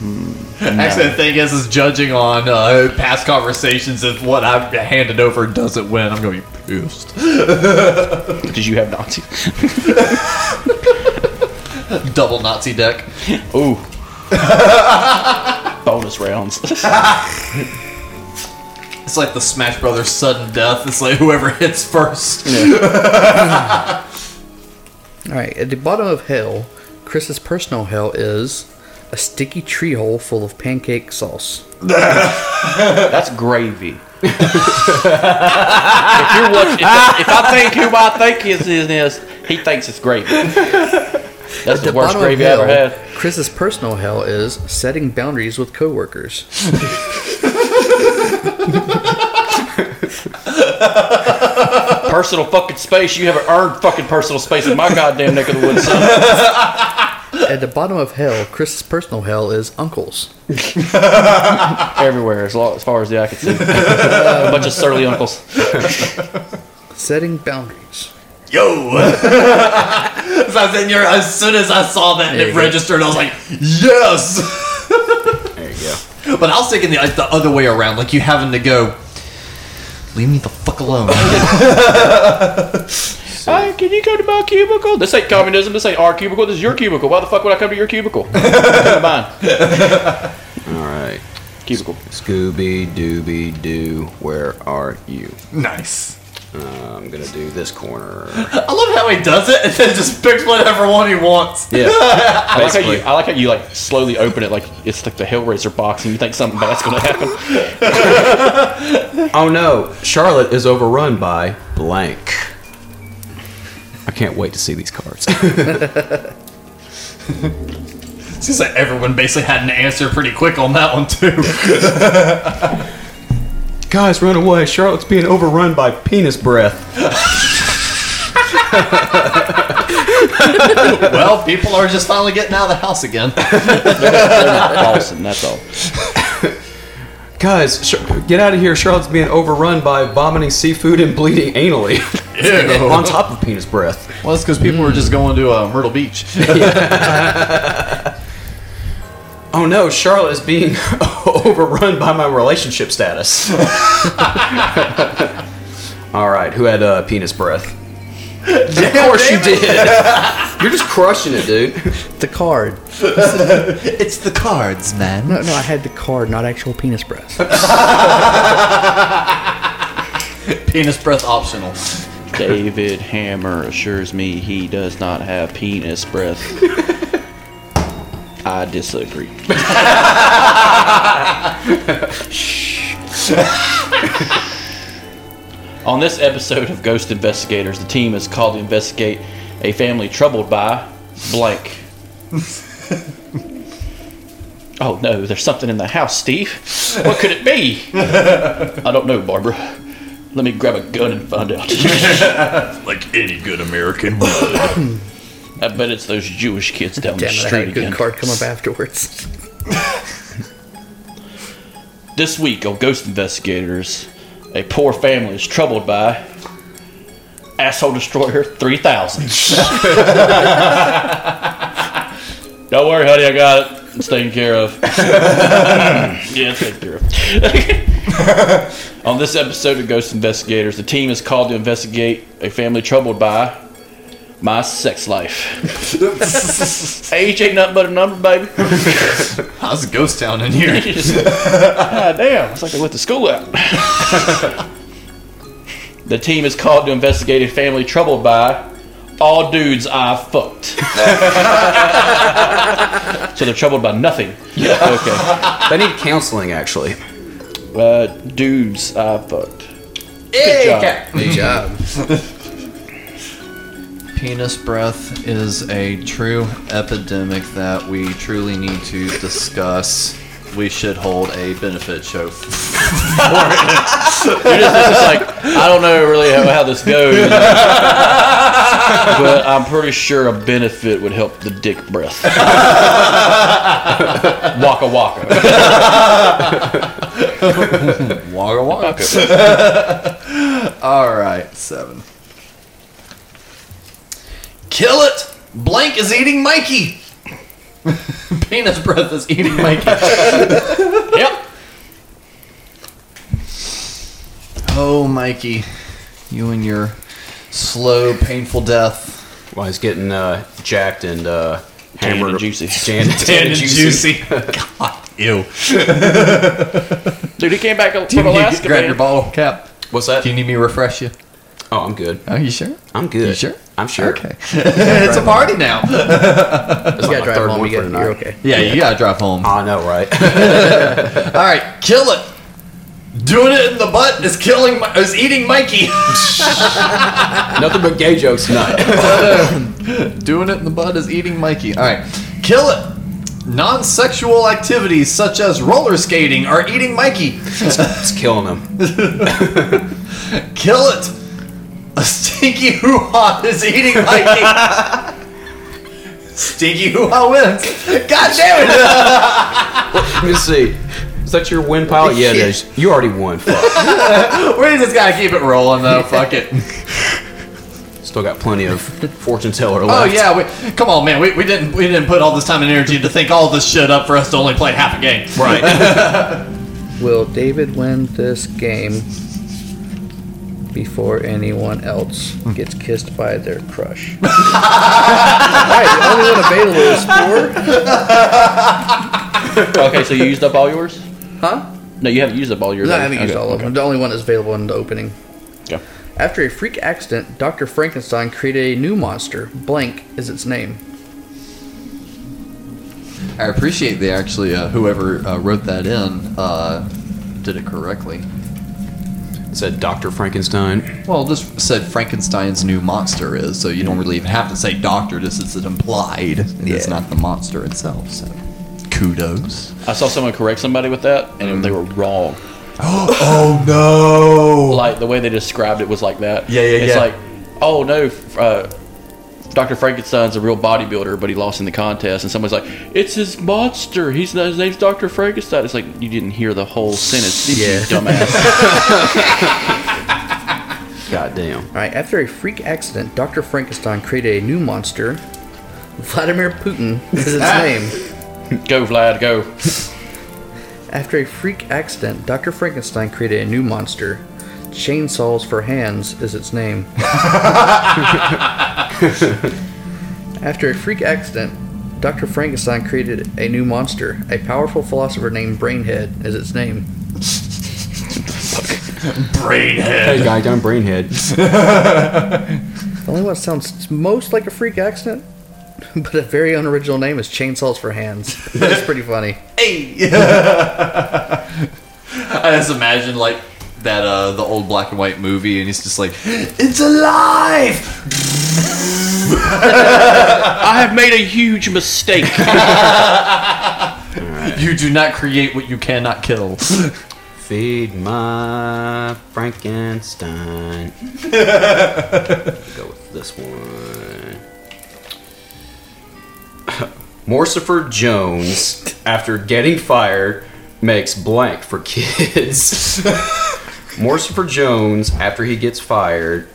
Speaker 8: Hmm.
Speaker 6: Actually, the thing is, is judging on uh, past conversations if what I've handed over doesn't win, I'm going to be pissed.
Speaker 8: Did you have Nazi?
Speaker 6: Double Nazi deck.
Speaker 8: Ooh. Bonus rounds.
Speaker 6: It's like the Smash Brothers sudden death. It's like whoever [LAUGHS] hits first.
Speaker 7: All right. At the bottom of hell, Chris's personal hell is a sticky tree hole full of pancake sauce.
Speaker 8: That's [LAUGHS] gravy. if you're watching, if, I- if I think who I think is is is, he thinks it's gravy. That's the, worst
Speaker 7: bottom of
Speaker 8: gravy I ever
Speaker 7: hell,
Speaker 8: had.
Speaker 7: Chris's personal hell is setting boundaries with coworkers.
Speaker 8: Personal fucking space. You haven't earned fucking personal space in my goddamn neck of the [LAUGHS] woods, son.
Speaker 7: At the bottom of hell, Chris's personal hell is uncles.
Speaker 8: Everywhere, as, long, as far as the eye [LAUGHS] can see. A bunch of surly uncles.
Speaker 7: Setting boundaries.
Speaker 6: Yo! [LAUGHS] as, I was in your, as soon as I saw that and
Speaker 7: There
Speaker 6: it
Speaker 7: you go.
Speaker 6: registered, I was like, yes!
Speaker 9: There you go.
Speaker 6: [LAUGHS] But I was thinking the, like, the other way around, like you having to go, leave me the fuck alone.
Speaker 8: Hey, can you come to my cubicle? This ain't communism. This ain't our cubicle. This is your cubicle. Why the fuck would I come to your [LAUGHS] cubicle? Come to mine.
Speaker 9: All right.
Speaker 8: Cubicle.
Speaker 9: Scooby Dooby Doo, where are you?
Speaker 6: nice.
Speaker 9: Uh, I'm gonna do this corner.
Speaker 6: I love how he does it and then just picks whatever one he wants.
Speaker 9: Yeah.
Speaker 8: I like, how you,
Speaker 9: Basically.
Speaker 8: I like how you like slowly open it like it's like the Hellraiser box and you think something bad's gonna happen.
Speaker 9: oh no, Charlotte is overrun by blank. I can't wait to see these cards. [LAUGHS]
Speaker 6: Seems like everyone basically had an answer pretty quick on that one too.
Speaker 9: Guys, run away! Charlotte's being overrun by penis breath.
Speaker 6: [LAUGHS] well, people are just finally getting out of the house again.
Speaker 8: Awesome, that's all.
Speaker 9: Guys, Sh- get out of here! Charlotte's being overrun by vomiting seafood and bleeding anally. [LAUGHS] On top of penis breath.
Speaker 6: Well, that's because people were just going to uh, Myrtle Beach. [LAUGHS]
Speaker 9: Oh no, Charlotte is being [LAUGHS] overrun by my relationship status. [LAUGHS] All right, who had uh, penis breath? of course you did. You're just crushing it, dude.
Speaker 7: The card. [LAUGHS]
Speaker 6: it's the cards, man.
Speaker 7: No, no, I had the card, not actual penis breath.
Speaker 6: Penis breath optional.
Speaker 8: David Hammer assures me he does not have penis breath. I disagree. On this episode of Ghost Investigators, the team is called to investigate a family troubled by blank. Oh no, there's something in the house, Steve. What could it be? I don't know, Barbara. Let me grab a gun and find out. like any good American would. I bet it's those Jewish kids down
Speaker 7: Damn it, I
Speaker 8: the street
Speaker 7: had a good
Speaker 8: again.
Speaker 7: card come up afterwards.
Speaker 8: This week on Ghost Investigators, a poor family is troubled by Asshole Destroyer 3000. [LAUGHS] Don't worry, honey, I got it. It's taken care of. [LAUGHS] yeah, it's taken care of. [LAUGHS] On this episode of Ghost Investigators, the team is called to investigate a family troubled by my sex life. [LAUGHS] Age ain't nothing but a number, baby.
Speaker 6: How's a ghost town in here?
Speaker 8: ah, damn. It's like I went to school out. [LAUGHS] the team is called to investigate a family troubled by all dudes I fucked. [LAUGHS] so they're troubled by nothing. Yeah. Okay. They need counseling, actually. Uh, dudes I fucked.
Speaker 6: Hey,
Speaker 7: Good job.
Speaker 6: Penis breath is a true epidemic that we truly need to discuss. We should hold a benefit show.
Speaker 8: You're just, it's just like, I don't know really how, how this goes. but I'm pretty sure a benefit would help the dick breath. [LAUGHS] waka waka.
Speaker 6: waka [LAUGHS] waka. All right, seven. Kill it! Blank is eating Mikey! [LAUGHS] Penis breath is eating Mikey.
Speaker 8: [LAUGHS] yep.
Speaker 6: Oh, Mikey. You and your slow, painful death.
Speaker 9: Well, he's getting uh, jacked and uh, hammered.
Speaker 8: and
Speaker 9: [LAUGHS]
Speaker 8: juicy.
Speaker 9: Jan,
Speaker 8: Tan and juicy.
Speaker 6: God, ew.
Speaker 8: Dude, he came back
Speaker 6: Do you
Speaker 8: from
Speaker 6: need to
Speaker 8: Alaska.
Speaker 6: grab your
Speaker 8: man.
Speaker 6: ball cap?
Speaker 9: What's that?
Speaker 6: Do you need me to refresh you?
Speaker 9: Oh, I'm good.
Speaker 6: Are you sure?
Speaker 9: I'm good.
Speaker 6: You sure?
Speaker 9: I'm sure.
Speaker 6: Okay. [LAUGHS] it's a party now.
Speaker 7: [LAUGHS]
Speaker 9: That's
Speaker 6: You
Speaker 9: like
Speaker 6: gotta
Speaker 9: my
Speaker 6: drive
Speaker 9: third
Speaker 6: home,
Speaker 9: one
Speaker 6: you
Speaker 9: for
Speaker 6: gotta- you're
Speaker 9: tonight.
Speaker 6: okay. Yeah, you gotta drive home.
Speaker 9: I know, right? [LAUGHS]
Speaker 6: All right, kill it. Doing it in the butt is killing. Mi- is eating Mikey. [LAUGHS]
Speaker 9: Nothing but gay jokes tonight.
Speaker 6: Doing it in the butt is eating Mikey. All right, kill it. Non-sexual activities such as roller skating are eating Mikey.
Speaker 9: It's killing him.
Speaker 6: Kill it. A stinky [LAUGHS] hoo ha is eating Mikey. [LAUGHS] stinky hoo ha wins. God damn it! [LAUGHS]
Speaker 9: Let me see. Is that your win pile? Yeah, it is. You already won. Fuck.
Speaker 6: we just gotta keep it rolling though. Fuck it.
Speaker 9: Still got plenty of fortune teller
Speaker 6: Oh
Speaker 9: left.
Speaker 6: yeah, we, come on, man. We, we didn't we didn't put all this time and energy to think all this shit up for us to only play half a game.
Speaker 9: Right.
Speaker 7: Will David win this game before anyone else gets kissed by their crush? All right, the only one available is four.
Speaker 8: okay, so you used up all yours?
Speaker 7: Huh?
Speaker 8: No, you haven't used up all yours.
Speaker 7: No, I
Speaker 8: have
Speaker 7: haven't
Speaker 8: you?
Speaker 7: used
Speaker 8: Okay,
Speaker 7: all of them. The only one that's available in the opening.
Speaker 8: okay.
Speaker 7: After a freak accident, Dr. Frankenstein created a new monster. Blank is its name.
Speaker 6: I appreciate they actually uh, whoever uh, wrote that in uh, did it correctly.
Speaker 9: Said Dr. Frankenstein.
Speaker 6: Well, this said Frankenstein's new monster is, so you don't really even have to say doctor. This is implied. and It's not the monster itself. So, kudos.
Speaker 8: I saw someone correct somebody with that, and
Speaker 6: Mm-hmm.
Speaker 8: they were wrong.
Speaker 6: [GASPS] oh no!
Speaker 8: Like the way they described it was like that.
Speaker 6: Yeah, yeah,
Speaker 8: it's
Speaker 6: yeah.
Speaker 8: like, oh no, f- uh, Doctor Frankenstein's a real bodybuilder, but he lost in the contest. And someone's like, it's his monster. He's not, his name's Doctor Frankenstein. It's like you didn't hear the whole sentence,
Speaker 7: Yeah.
Speaker 8: you
Speaker 6: [LAUGHS]
Speaker 8: dumbass.
Speaker 9: God damn.
Speaker 7: All right, after a freak accident, Dr. Frankenstein created a new monster. Vladimir Putin is its name.
Speaker 8: go, Vlad, go.
Speaker 7: After a freak accident, Dr. Frankenstein created a new monster. Chainsaws for Hands is its name. After a freak accident, Dr. Frankenstein created a new monster. A powerful philosopher named Brainhead is its name.
Speaker 9: Hey, guy, done brainhead.
Speaker 7: The only one that sounds most like a freak accident, [LAUGHS] but a very unoriginal name is Chainsaws for Hands. That's pretty funny.
Speaker 6: I just imagine like that uh, the old black and white movie, and he's just like, "It's alive!" [LAUGHS]
Speaker 8: [LAUGHS] I have made a huge mistake.
Speaker 6: You do not create what you cannot kill.
Speaker 9: Feed my Frankenstein. go with this one. [LAUGHS] Morsifer Jones, after getting fired, makes blank for kids. Morsifer Jones, after he gets fired,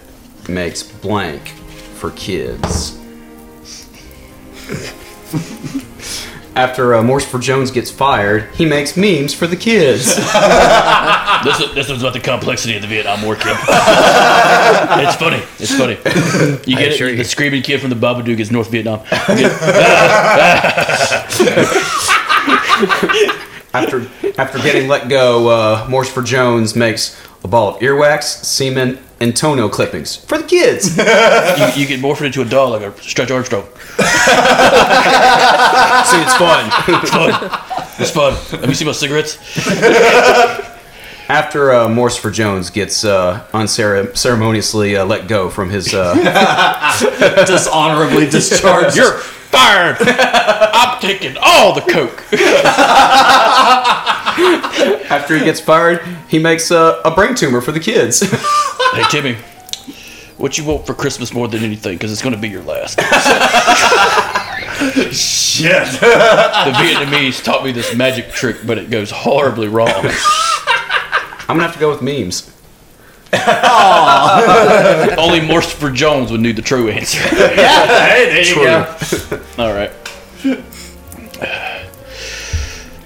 Speaker 9: makes blank for kids. After uh, Morsifer Jones gets fired, he makes memes for the kids.
Speaker 8: this, is, this is about the complexity of the Vietnam War kid. it's funny. It's funny. You get it? the screaming kid from the Babadook is North Vietnam. You get
Speaker 9: after after getting let go, uh, Morsifer Jones makes a ball of earwax, semen, and toenail clippings for the kids.
Speaker 8: you, you get morphed into a dog like a Stretch Armstrong. see, it's fun. It's fun. It's fun. Let me see my cigarettes.
Speaker 9: [LAUGHS] After uh, Morsifer Jones gets uh, unceremoniously uh, let go from his uh,
Speaker 6: dishonorably discharged.
Speaker 8: [LAUGHS] You're fired. I'm taking all the coke.
Speaker 9: after he gets fired, he makes uh, a brain tumor for the kids. [LAUGHS]
Speaker 8: Hey Timmy, what you want for Christmas more than anything? Because it's going to be your last. Shit. the Vietnamese taught me this magic trick, but it goes horribly wrong.
Speaker 9: I'm gonna have to go with memes.
Speaker 8: Only Morsifer Jones would knew the true answer. [LAUGHS]
Speaker 9: hey, there you go.
Speaker 8: All right.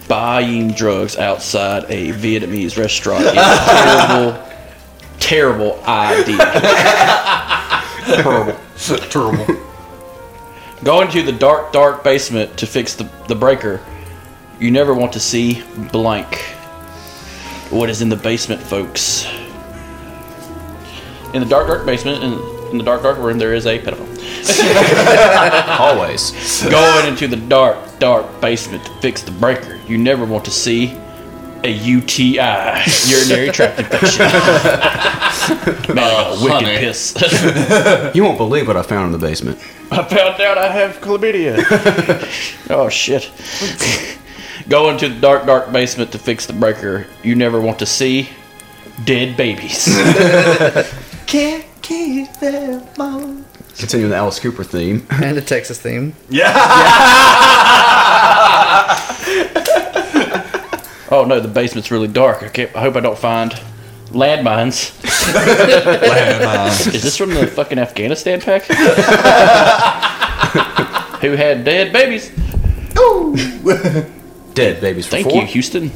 Speaker 8: Buying drugs outside a Vietnamese restaurant is a terrible, terrible idea.
Speaker 9: Terrible.
Speaker 6: Terrible.
Speaker 8: Going to the dark, dark basement to fix the, the breaker, you never want to see blank. What is in the basement, folks? In the dark, dark basement, in, in the dark, dark room, there is a pedophile. [LAUGHS]
Speaker 9: Always.
Speaker 8: going into the dark, dark basement to fix the breaker. You never want to see a UTI, urinary tract infection. Man, I got a wicked
Speaker 6: honey.
Speaker 8: piss.
Speaker 9: You won't believe what I found in the basement.
Speaker 8: I found out I have chlamydia. oh shit. Go into the dark, dark basement to fix the breaker. You never want to see dead babies.
Speaker 9: Continuing the Alice Cooper theme.
Speaker 7: and the Texas theme.
Speaker 8: oh no, the basement's really dark. I, can't, I hope I don't find landmines. Is this from the fucking Afghanistan
Speaker 9: [LAUGHS]
Speaker 8: pack? Who had dead babies?
Speaker 9: Dead babies for
Speaker 8: Thank
Speaker 9: four.
Speaker 8: you, Houston.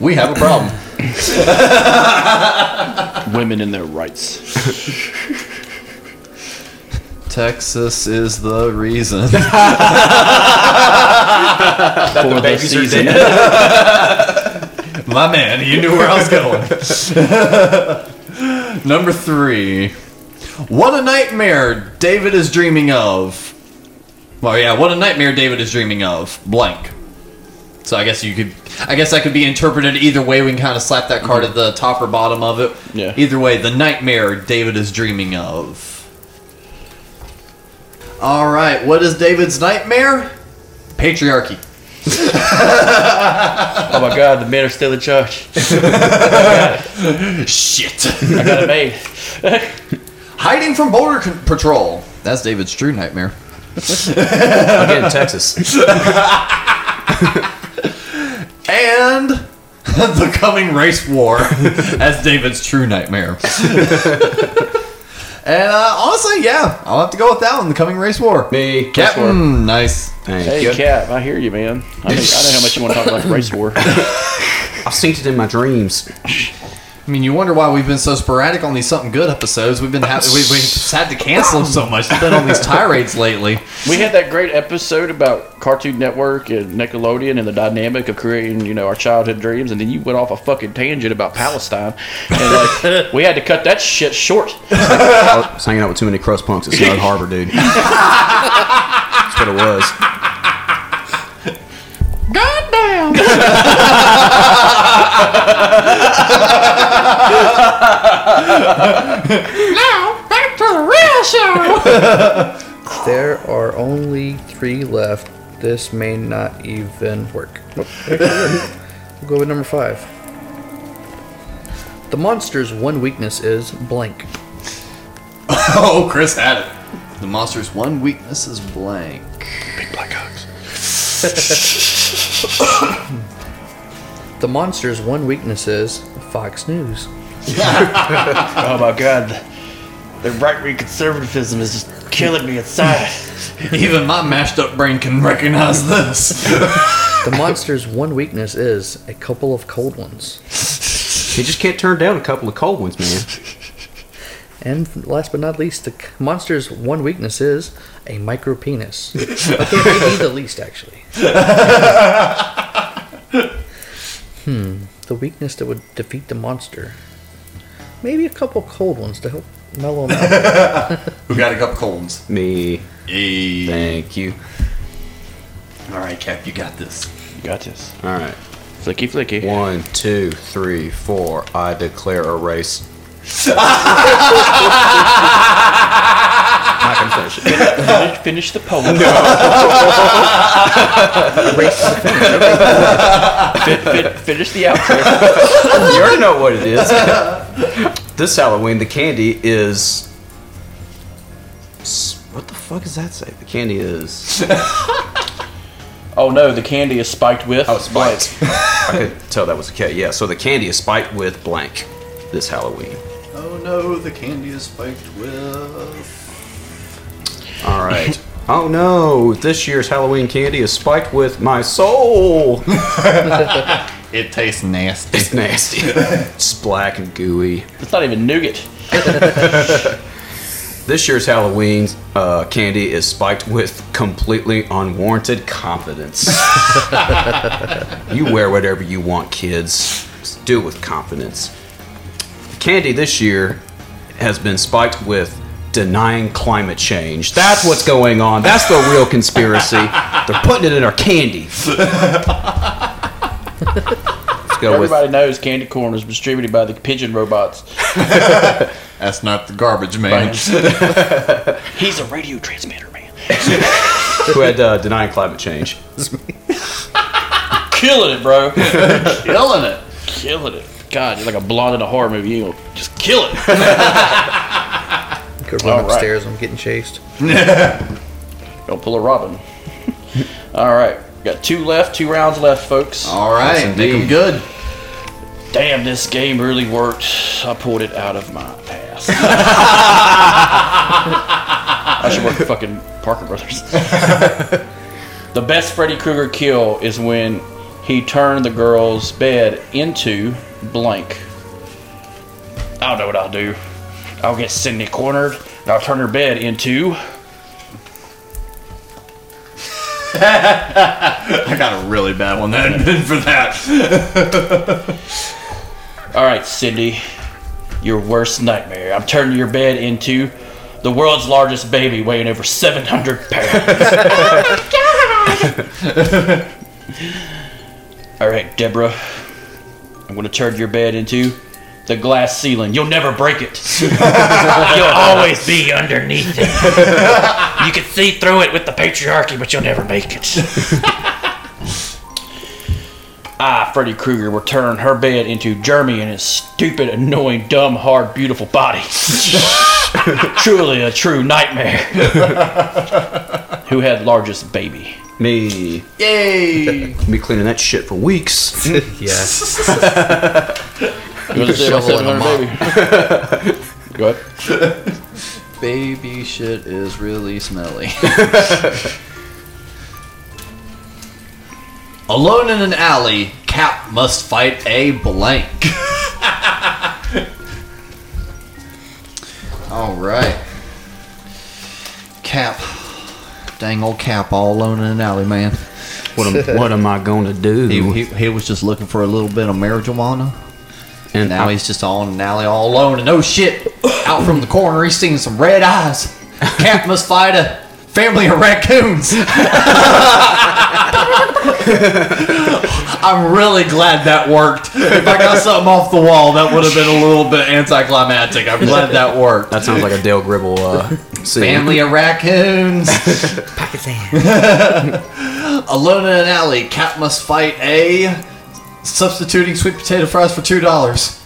Speaker 6: We have a problem.
Speaker 8: Women in their rights.
Speaker 6: Texas is the reason.
Speaker 8: For the,
Speaker 9: babies are
Speaker 8: season.
Speaker 6: My man, you knew where I was going. [LAUGHS] Number three. What a nightmare David is dreaming of. Well, yeah, what a nightmare David is dreaming of. Blank. So I guess you could. I guess that could be interpreted either way. We can kind of slap that card at the top or bottom of it.
Speaker 8: Yeah.
Speaker 6: Either way, the nightmare David is dreaming of. All right. What is David's nightmare? Patriarchy.
Speaker 8: Oh my god, the men are still in charge.
Speaker 6: Shit.
Speaker 8: I got it made.
Speaker 6: Hiding from border con- patrol. That's David's true nightmare.
Speaker 9: Again, Texas.
Speaker 6: and [LAUGHS] the coming race [LAUGHS] war as David's true nightmare. [LAUGHS] and uh, honestly, yeah, I'll have to go with that one. The coming race war.
Speaker 9: Me.
Speaker 6: Captain, nice.
Speaker 9: Thank
Speaker 8: Hey,
Speaker 9: you.
Speaker 8: Cap, I hear you, man. I, mean, I know how much you want to talk about the race war.
Speaker 9: I've seen it in my [LAUGHS] dreams.
Speaker 6: I mean, you wonder why we've been so sporadic on these something good episodes. We've been [LAUGHS] ha- we've, we've had to cancel them so much. We've been on these tirades lately.
Speaker 8: We had that great episode about Cartoon Network and Nickelodeon and the dynamic of creating, you know, our childhood dreams, and then you went off a fucking tangent about Palestine, and like we had to cut that shit short.
Speaker 9: I was Oh, hanging out with too many cross punks at Snug Harbor, [LAUGHS] dude. That's what it was.
Speaker 7: There are only three left. This may not even work. Nope. [LAUGHS] we'll go with number five. The monster's one weakness is blank.
Speaker 6: [LAUGHS] Oh, Chris had it. The monster's one weakness is blank. Big black eyes.
Speaker 7: The monster's one weakness is Fox News.
Speaker 8: oh my god. The right wing conservatism is just killing me inside.
Speaker 6: Even my mashed up brain can recognize this.
Speaker 7: The monster's one weakness is a couple of cold ones.
Speaker 9: He just can't turn down a couple of cold ones, man.
Speaker 7: And last but not least, the c- monster's one weakness is a micro
Speaker 8: [LAUGHS]
Speaker 7: penis. I think maybe the least, actually. hmm. The weakness that would defeat the monster. Maybe a couple cold ones to help mellow
Speaker 8: [LAUGHS]
Speaker 7: him out.
Speaker 6: Who got a cup of colds?
Speaker 9: Me.
Speaker 6: Thank
Speaker 9: you.
Speaker 6: All right, Cap, you got this.
Speaker 8: You got this.
Speaker 9: All right.
Speaker 8: Flicky, flicky.
Speaker 9: One, two, three, four. I declare a race. I can finish it.
Speaker 8: finish, finish the poem. Fin- fin- finish the outro.
Speaker 9: [LAUGHS] You already know what it is. [LAUGHS] this Halloween, the candy is. s- What the fuck does that say? The candy is.
Speaker 8: Oh no, the candy is spiked with.
Speaker 9: Oh, spiked. [LAUGHS] I could tell that was okay. Yeah, so the candy is spiked with blank this Halloween.
Speaker 6: Oh no, the candy is spiked with.
Speaker 9: All right. oh no, this year's Halloween candy is spiked with my soul. [LAUGHS]
Speaker 6: It tastes nasty.
Speaker 9: It's nasty. it's black and gooey.
Speaker 8: It's not even nougat.
Speaker 9: This year's Halloween uh, candy is spiked with completely unwarranted
Speaker 6: [LAUGHS]
Speaker 9: confidence. you wear whatever you want, kids. Just do it with confidence. The candy this year has been spiked with denying climate change. That's what's going on. That's the real conspiracy. They're putting it in our candy. Let's go with.
Speaker 8: Everybody knows candy corn is distributed by the pigeon robots.
Speaker 6: That's not the garbage man.
Speaker 8: He's a radio transmitter, man.
Speaker 9: Who had uh, denying climate change?
Speaker 8: Killing it, [LAUGHS] bro.
Speaker 6: Killing it.
Speaker 8: Killing it. God, you're like a blonde in a horror movie. You gonna just kill [LAUGHS] it.
Speaker 7: Could run
Speaker 8: All right.
Speaker 7: upstairs. I'm getting chased.
Speaker 8: Don't pull a Robin. All right, got two left, two rounds left, folks.
Speaker 6: All right, make them good.
Speaker 8: Damn, this game really worked. I pulled it out of my ass. I should work at fucking Parker Brothers. the best Freddy Krueger kill is when he turned the girl's bed into blank. I don't know what I'll do. I'll get Cindy cornered, and I'll turn her bed into.
Speaker 6: I got a really bad one then for that.
Speaker 8: All right, Cindy, your worst nightmare. I'm turning your bed into the world's largest baby, weighing over 700 pounds. [LAUGHS] oh my god! All right, Deborah, I'm gonna turn your bed into the glass ceiling. You'll never break it. You'll always be underneath it. You can see through it with the patriarchy, but you'll never make it. I, Ah, Freddy Krueger, will turn her bed into Jeremy and his stupid, annoying, dumb, hard, beautiful body. [LAUGHS] Truly a true nightmare. [LAUGHS] Who had largest baby?
Speaker 9: Me.
Speaker 6: [LAUGHS] Yay!
Speaker 9: Be cleaning that shit for [LAUGHS] weeks.
Speaker 7: yeah.
Speaker 8: You want to say about
Speaker 7: Shovel and a
Speaker 8: 700 baby? Go ahead.
Speaker 6: [LAUGHS] Baby shit is really smelly. [LAUGHS] Alone in an alley, Cap must fight a blank. [LAUGHS] all right. Cap. Dang old Cap all alone in an alley, man.
Speaker 9: What am, what am I gonna do?
Speaker 6: He, he, he was just looking for a little bit of marijuana.
Speaker 9: and
Speaker 6: Now
Speaker 9: I,
Speaker 6: he's just all in an alley all alone and oh shit. Out from the corner he's seeing some red eyes. Cap must fight a family of raccoons. I'm really glad that worked. If I got something off the wall, that would have been a little bit anticlimactic. I'm glad that worked.
Speaker 9: that sounds like a Dale [LAUGHS] Gribble uh, scene.
Speaker 6: Family of raccoons. Pakistan. [LAUGHS] Alone in an alley, cat must fight a. Substituting sweet potato fries for two dollars.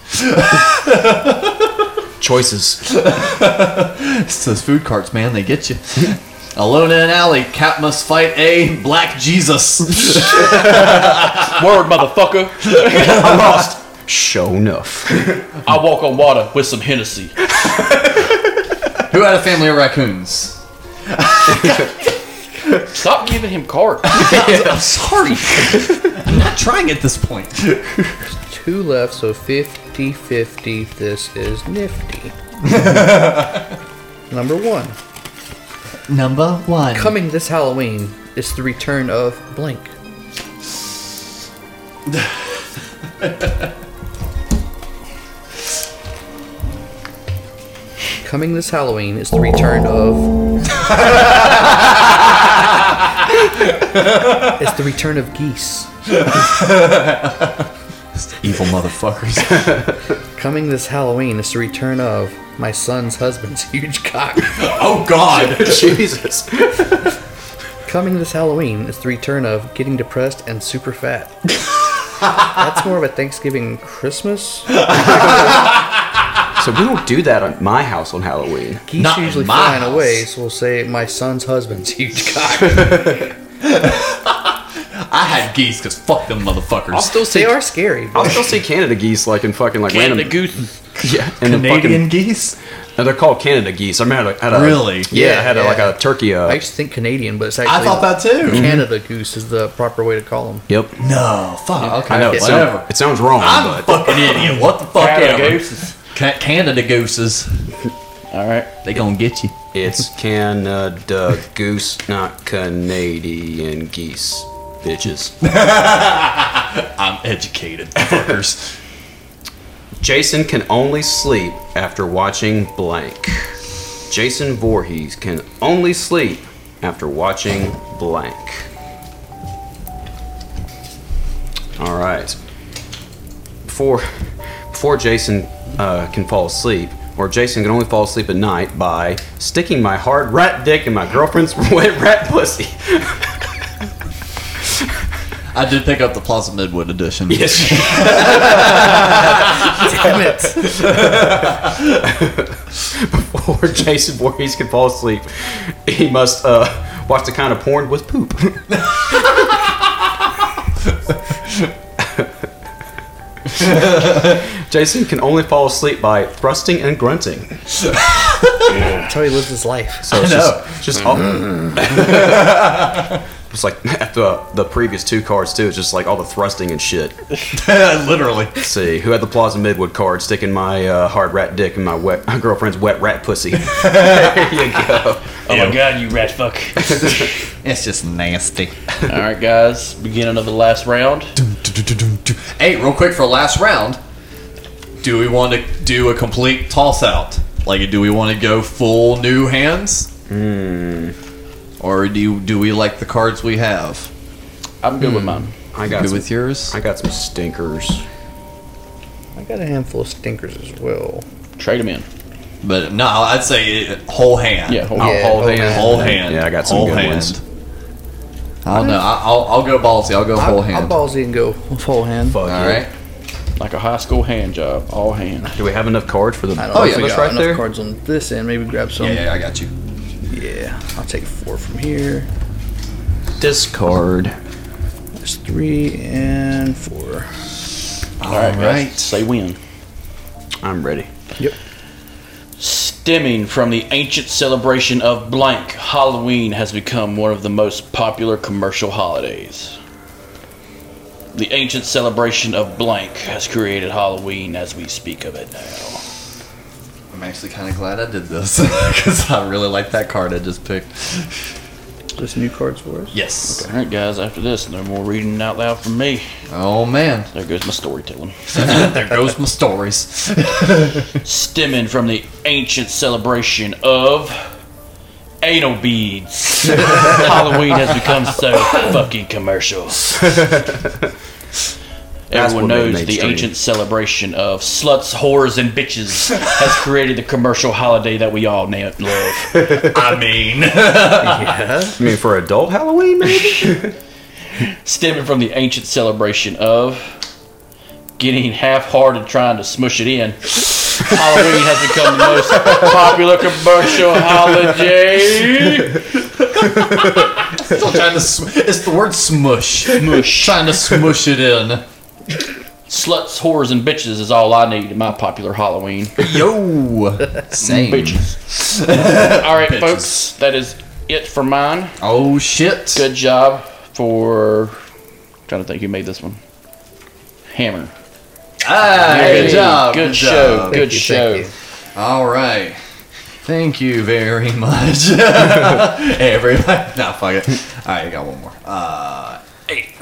Speaker 9: Choices.
Speaker 6: it's those food carts, man. They get you. [LAUGHS] Alone in an alley, cat must fight a black Jesus.
Speaker 8: Word, motherfucker.
Speaker 9: I lost. Show enough.
Speaker 8: I walk on water with some Hennessy.
Speaker 6: Who had a family of raccoons?
Speaker 8: Stop giving him cards.
Speaker 6: I'm sorry. I'm not trying at this point.
Speaker 7: Two left, so 50 50. This is nifty. Number one.
Speaker 6: Number one.
Speaker 7: Coming this Halloween is the return of blank. Coming this Halloween is the return of. it's the return of geese.
Speaker 9: Evil motherfuckers.
Speaker 7: Coming this Halloween is the return of my son's husband's [LAUGHS] huge cock.
Speaker 6: Oh
Speaker 7: [LAUGHS]
Speaker 6: God. [LAUGHS]
Speaker 9: Jesus.
Speaker 7: Coming this Halloween is the return of getting depressed and super fat. [LAUGHS] That's more of a Thanksgiving Christmas.
Speaker 9: So we don't do that at my house on Halloween.
Speaker 7: Geese
Speaker 6: Not in
Speaker 7: usually
Speaker 6: my
Speaker 7: flying
Speaker 6: house.
Speaker 7: away, so we'll say my son's husband's
Speaker 6: [LAUGHS]
Speaker 7: huge cock.
Speaker 6: I had geese because fuck them
Speaker 9: I'll
Speaker 6: motherfuckers.
Speaker 9: still see.
Speaker 7: they are scary. But
Speaker 9: I'll still see Canada geese like in fucking like
Speaker 8: Canada
Speaker 9: random.
Speaker 8: goose.
Speaker 9: Yeah, and then
Speaker 6: Canadian
Speaker 9: fucking.
Speaker 6: geese?
Speaker 9: And they're called Canada geese. I mean, I had a, had a
Speaker 6: Really?
Speaker 9: Yeah, I
Speaker 7: Yeah,
Speaker 9: had a, like
Speaker 7: yeah.
Speaker 9: a turkey. Uh,
Speaker 7: I used to think Canadian, but it's actually
Speaker 6: I thought that too.
Speaker 7: Canada goose is the proper way to call them.
Speaker 9: yep.
Speaker 6: No, fuck.
Speaker 7: okay.
Speaker 9: I know. It,
Speaker 6: Whatever.
Speaker 9: sounds, it sounds wrong,
Speaker 6: I'm a
Speaker 9: [LAUGHS] but
Speaker 6: fucking idiot. What the fuck
Speaker 8: Canada
Speaker 6: ever.
Speaker 8: goose.
Speaker 6: Ca- Canada gooses.
Speaker 8: All right.
Speaker 6: They gonna get you.
Speaker 9: it's Canada goose, not Canadian geese, bitches.
Speaker 6: I'm educated, fuckers.
Speaker 9: Jason can only sleep after watching blank. Jason Voorhees can only sleep after watching blank. All right. Before, before Jason uh, can fall asleep, or Jason can only fall asleep at night by sticking my hard rat dick in my girlfriend's [LAUGHS] wet rat pussy.
Speaker 6: I did pick up the Plaza Midwood edition.
Speaker 9: Yes.
Speaker 7: Damn it!
Speaker 9: before [LAUGHS] Jason Voorhees can fall asleep, he must uh, watch the kind of porn with poop. [LAUGHS] Jason can only fall asleep by thrusting and grunting.
Speaker 7: That's how he lives his life.
Speaker 9: So it's
Speaker 6: I know.
Speaker 9: just, just all, [LAUGHS] it's like [LAUGHS] after uh, the previous two cards too. It's just like all the thrusting and shit.
Speaker 6: [LAUGHS] Literally.
Speaker 9: Let's see who had the Plaza Midwood card sticking my uh, hard rat dick in my wet my girlfriend's wet rat pussy. [LAUGHS] there
Speaker 6: [LAUGHS]
Speaker 9: you go.
Speaker 8: Oh my god, you rat fuck.
Speaker 6: It's just nasty.
Speaker 8: All right, guys. Beginning of the last round.
Speaker 6: Hey, real quick for last round, do we want to do a complete toss out? Like, do we want to go full new hands?
Speaker 9: Hmm.
Speaker 6: Or do you, do we like the cards we have?
Speaker 8: I'm good with mine.
Speaker 9: I got
Speaker 6: Good
Speaker 9: some,
Speaker 6: with yours?
Speaker 9: I got some stinkers.
Speaker 7: I got a handful of stinkers as well.
Speaker 8: Trade him in.
Speaker 6: But no, I'd say it- whole hand.
Speaker 8: Yeah. Hold
Speaker 9: Oh,
Speaker 8: on.
Speaker 7: Yeah,
Speaker 9: whole
Speaker 7: whole
Speaker 9: hand.
Speaker 6: whole hand.
Speaker 9: Yeah, I got some
Speaker 6: whole
Speaker 9: good
Speaker 6: hand.
Speaker 9: ones.
Speaker 6: I don't know. I- I'll, I'll go ballsy. I'll go
Speaker 7: I-
Speaker 6: whole hand.
Speaker 7: I'm ballsy and go full hand.
Speaker 9: Fuck
Speaker 6: All
Speaker 9: yeah.
Speaker 6: right.
Speaker 8: Like a high school hand job. All hand.
Speaker 9: Uh, Do we have enough cards for the
Speaker 7: I don't
Speaker 9: both
Speaker 7: know if
Speaker 9: of
Speaker 7: we
Speaker 9: us
Speaker 7: got
Speaker 9: right
Speaker 7: enough
Speaker 9: there?
Speaker 7: cards on this end. Maybe grab some.
Speaker 6: Yeah, yeah, I got you.
Speaker 7: Yeah, I'll take four from here.
Speaker 9: Discard.
Speaker 7: There's three and four.
Speaker 8: All
Speaker 6: right.
Speaker 8: right, guys. Say when.
Speaker 9: I'm ready.
Speaker 8: Stemming from the ancient celebration of blank, Halloween has become one of the most popular commercial holidays. The ancient celebration of blank has created Halloween as we speak of it now.
Speaker 6: I'm actually kind of glad I did this [LAUGHS] because I really like that card I just picked.
Speaker 7: There's new cards for us.
Speaker 6: Yes.
Speaker 8: All right, guys, after this, no more reading out loud from me.
Speaker 6: Oh man,
Speaker 8: There goes my storytelling.
Speaker 6: [LAUGHS] there goes my stories.
Speaker 8: Stemming from the ancient celebration of anal beads, Halloween has become so fucking commercial. Everyone
Speaker 9: what made
Speaker 8: knows
Speaker 9: Nate
Speaker 8: the
Speaker 9: stream.
Speaker 8: ancient celebration of sluts, whores, and bitches has created the commercial holiday that we all na- love.
Speaker 6: I mean,
Speaker 9: You mean for adult Halloween, maybe?
Speaker 8: stemming from the ancient celebration of getting half-hearted trying to smush it in. Halloween has become the most popular commercial holiday.
Speaker 6: Still trying to. Sm- it's the word smush.
Speaker 8: Smush.
Speaker 6: trying to smush it in.
Speaker 8: Sluts, whores, and bitches is all I need in my popular Halloween.
Speaker 6: Yo. Same.
Speaker 8: Bitches. all right, folks, that is it for mine.
Speaker 6: Oh shit.
Speaker 8: Good job for trying to think who made this one. Hammer.
Speaker 6: Ah,
Speaker 8: Hey,
Speaker 6: good job.
Speaker 8: good
Speaker 6: job.
Speaker 8: show, Thank good you, thank show.
Speaker 6: All right. Thank you very [LAUGHS] much. hey, everybody. [LAUGHS] No, fuck it. All right, I got one more. Uh, eight.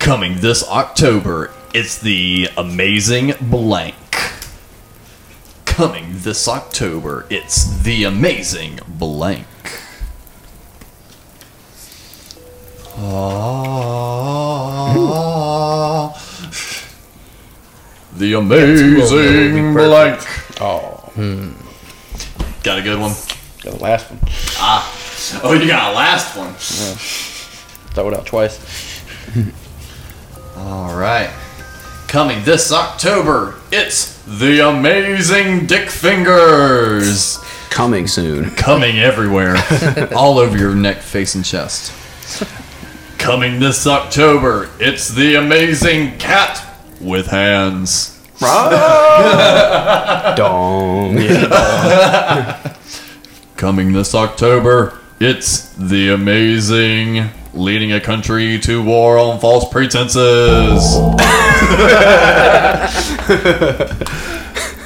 Speaker 6: Coming this October, it's the amazing blank. Coming this October, it's the amazing blank. Ah, the amazing blank.
Speaker 8: Oh,
Speaker 6: Got a good one.
Speaker 8: got the last one.
Speaker 6: Ah. Oh, you got a last one.
Speaker 8: Throw it out twice.
Speaker 6: All right. Coming this October, it's The Amazing Dick Fingers.
Speaker 9: [LAUGHS] Coming soon.
Speaker 6: Coming everywhere, all over your neck, face, and chest. Coming this October, it's The Amazing Cat with Hands.
Speaker 9: [LAUGHS] Dong.
Speaker 6: Coming this October, it's The Amazing Leading a Country to War on False Pretenses.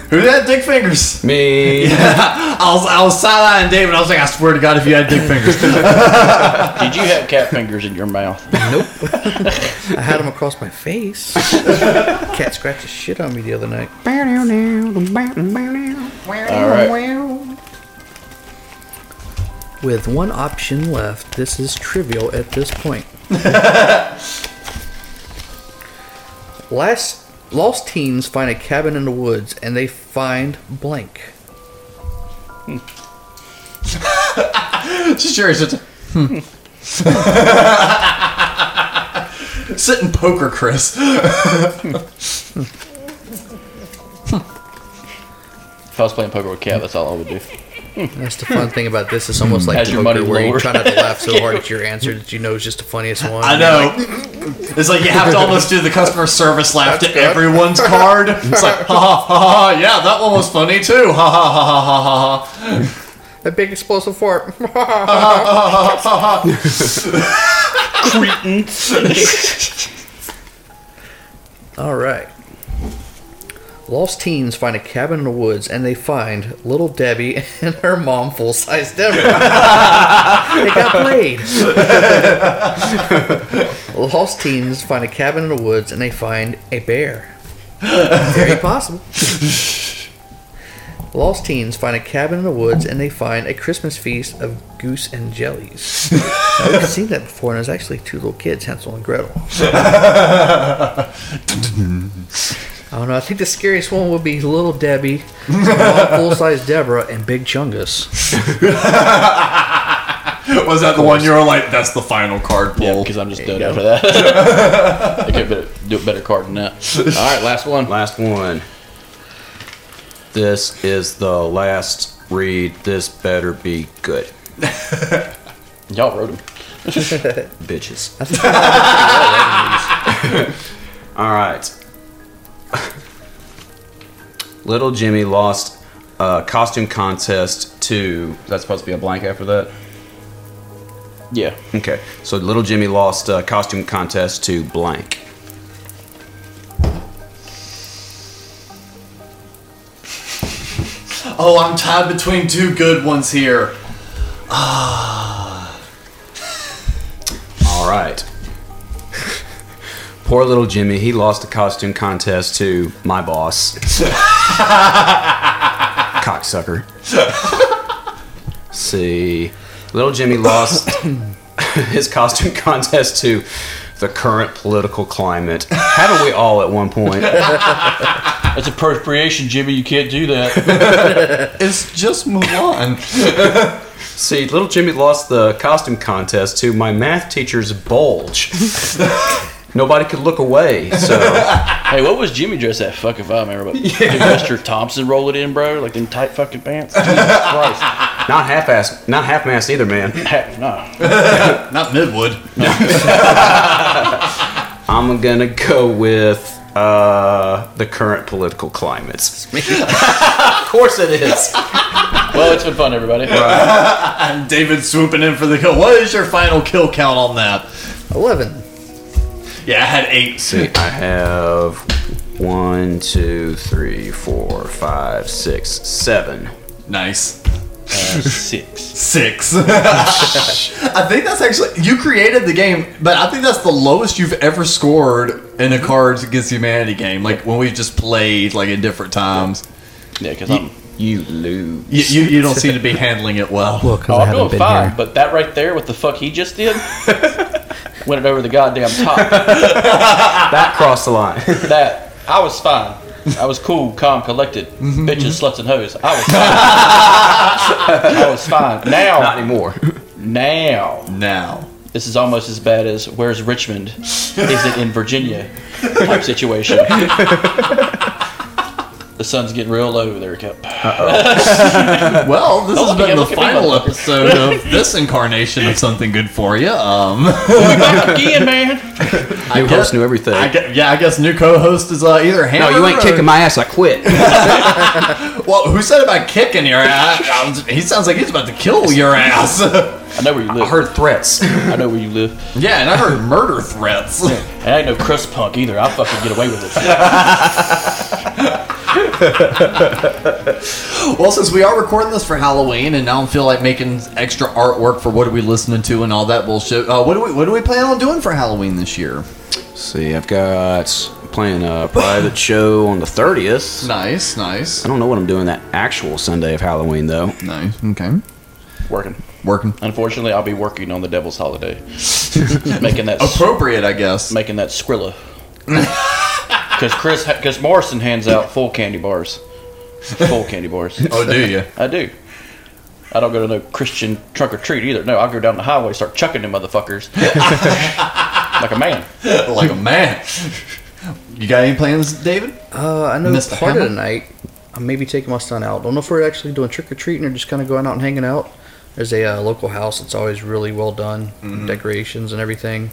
Speaker 6: Who that dick fingers?
Speaker 9: Me.
Speaker 6: I was I was sideline David. I was like, I swear to God, if you had dick [LAUGHS] fingers,
Speaker 8: Did you have cat fingers in your mouth?
Speaker 7: [LAUGHS] Nope. I had him across my [LAUGHS] face. Cat scratched the shit on me the other night.
Speaker 8: All right.
Speaker 7: With one option left, this is trivial at this [LAUGHS] point. Last lost teens find a cabin in the woods and they find blank.
Speaker 6: sure, it's just hmm. [LAUGHS] sitting poker, Chris.
Speaker 8: If I was playing poker with cat, that's all I would do.
Speaker 7: That's the fun thing about this. It's almost like
Speaker 8: As
Speaker 7: the
Speaker 8: your
Speaker 7: poker
Speaker 8: money
Speaker 7: where you
Speaker 8: lowers.
Speaker 7: try not to laugh so
Speaker 8: [LAUGHS]
Speaker 7: hard at your answer that you know is just the funniest one.
Speaker 6: I know. It's like [LAUGHS] you have to almost do the customer service laugh to
Speaker 7: That's good.
Speaker 6: everyone's card. It's like, ha ha ha ha. Yeah, that one was funny too. Ha ha ha ha ha ha ha.
Speaker 7: A big explosive fart. All right. Lost teens find a cabin in the woods and they find little Debbie and her mom full size Debbie. they got played. Lost teens find a cabin in the woods and they find a bear. Very possible. Lost teens find a cabin in the woods and they find a Christmas feast of goose and jellies. Now, I've seen that before, and it was actually two little kids, Hansel and Gretel. I don't know. I think the scariest one would be Little
Speaker 8: [LAUGHS]
Speaker 7: Debbie, full size Deborah, and Big Chungus.
Speaker 6: Was that the one you were like, that's the final card
Speaker 8: Yeah,
Speaker 6: pull?
Speaker 8: because I'm just done after that. I could better, do a better card than that. All right, last one.
Speaker 9: Last one. This is the last read. This better be good.
Speaker 8: Y'all wrote him.
Speaker 9: Bitches. All right. Little Jimmy lost a costume contest to. That's supposed to be a blank after that?
Speaker 8: Yeah.
Speaker 9: Okay. So Little Jimmy lost a costume contest to blank.
Speaker 6: Oh, I'm tied between two good ones here.
Speaker 9: All right. Poor little Jimmy, he lost a costume contest to my boss. Cocksucker. See. Little Jimmy lost [COUGHS] his costume contest to the current political climate. Haven't we all at one point?
Speaker 8: That's appropriation, Jimmy. You can't do that.
Speaker 6: [LAUGHS] It's just Mulan.
Speaker 9: See, little Jimmy lost the costume contest to my math teacher's bulge. Nobody could look away. So,
Speaker 8: [LAUGHS] hey, what was Jimmy dressed that fucking if I remember? But did Mr. Thompson roll it in, bro? Like them tight fucking pants. Jesus Christ.
Speaker 9: Not half-assed, not half-assed either, man.
Speaker 8: Heck, no.
Speaker 9: not Midwood. I'm gonna go with uh, the current political climate. of course it is.
Speaker 8: well, it's been fun, everybody.
Speaker 6: and David swooping in for the kill. What is your final kill count on that?
Speaker 7: Eleven.
Speaker 6: Yeah, I had eight.
Speaker 9: See, I have one, two, three, four, five, six, seven.
Speaker 6: Nice.
Speaker 8: six.
Speaker 6: Six. [LAUGHS] I think that's actually you created the game, but I think that's the lowest you've ever scored in a Cards Against Humanity game. Like when we've just played like at different times.
Speaker 8: Yeah, because
Speaker 6: you,
Speaker 9: you lose.
Speaker 6: You, you don't seem to be handling it well.
Speaker 2: Well,
Speaker 8: Oh, I'm doing fine, but that right there, what the fuck he just did, went it over the goddamn top.
Speaker 9: that crossed the [LAUGHS] line.
Speaker 8: That I was fine. I was cool, calm, collected.
Speaker 9: Mm-hmm,
Speaker 8: Bitches, sluts, and hoes. I was fine.
Speaker 9: [LAUGHS]
Speaker 8: I was fine. Now,
Speaker 9: Not anymore.
Speaker 8: now,
Speaker 6: now,
Speaker 8: this is almost as bad as "Where's Richmond? Is it in Virginia?" type
Speaker 9: [LAUGHS]
Speaker 8: situation. the sun's getting real low over there, Cup.
Speaker 6: well, this has
Speaker 8: Don't look at
Speaker 6: been the
Speaker 8: me, Oh, look at me,
Speaker 6: final
Speaker 8: motherfucker.
Speaker 6: episode of [LAUGHS] this incarnation of something good for you. Um,
Speaker 8: [LAUGHS] Again, man.
Speaker 9: New host knew everything.
Speaker 6: I gue- yeah, I guess new co-host is uh, either
Speaker 9: no,
Speaker 6: Hammer.
Speaker 9: you ain't
Speaker 6: or-
Speaker 9: kicking my ass. I quit. [LAUGHS]
Speaker 6: Well, who said about kicking your [LAUGHS] ass? I was- he sounds like he's about to kill your ass.
Speaker 8: I know where you
Speaker 9: I
Speaker 8: live.
Speaker 9: heard threats.
Speaker 8: I know where you live.
Speaker 6: [LAUGHS] yeah, and I heard murder threats.
Speaker 8: And I ain't no crust punk either. I'll fucking get away with it.
Speaker 6: Well, since we are recording this for Halloween, and I don't feel like making extra artwork for what are we listening to and all that bullshit, uh, what do we what do we plan on doing for Halloween this year?
Speaker 9: See, I've got playing a private show on the 30th.
Speaker 6: Nice, nice,
Speaker 9: I don't know what I'm doing that actual Sunday of Halloween though.
Speaker 6: nice. Okay,
Speaker 8: Working.
Speaker 6: [LAUGHS] working
Speaker 8: Unfortunately, I'll be working on the Devil's
Speaker 6: [LAUGHS]
Speaker 8: Holiday, making that
Speaker 6: appropriate, I guess.
Speaker 8: making that
Speaker 6: [LAUGHS]
Speaker 8: Skrilla. Because Chris, because Morrison hands out full candy bars, full candy bars.
Speaker 6: [LAUGHS] Oh, do you?
Speaker 8: I do. I don't go to no Christian trunk or treat either. No, I go down the highway, start chucking
Speaker 6: [LAUGHS]
Speaker 8: them motherfuckers like a man.
Speaker 6: like a man. You got any plans, David?
Speaker 7: Uh, I know
Speaker 6: Mr.
Speaker 7: part
Speaker 6: Hammer?
Speaker 7: of the night. I'm maybe taking my son out. Don't know if we're actually doing trick or treating or just kind of going out and hanging out. There's a uh, local house that's always really well done, decorations and everything.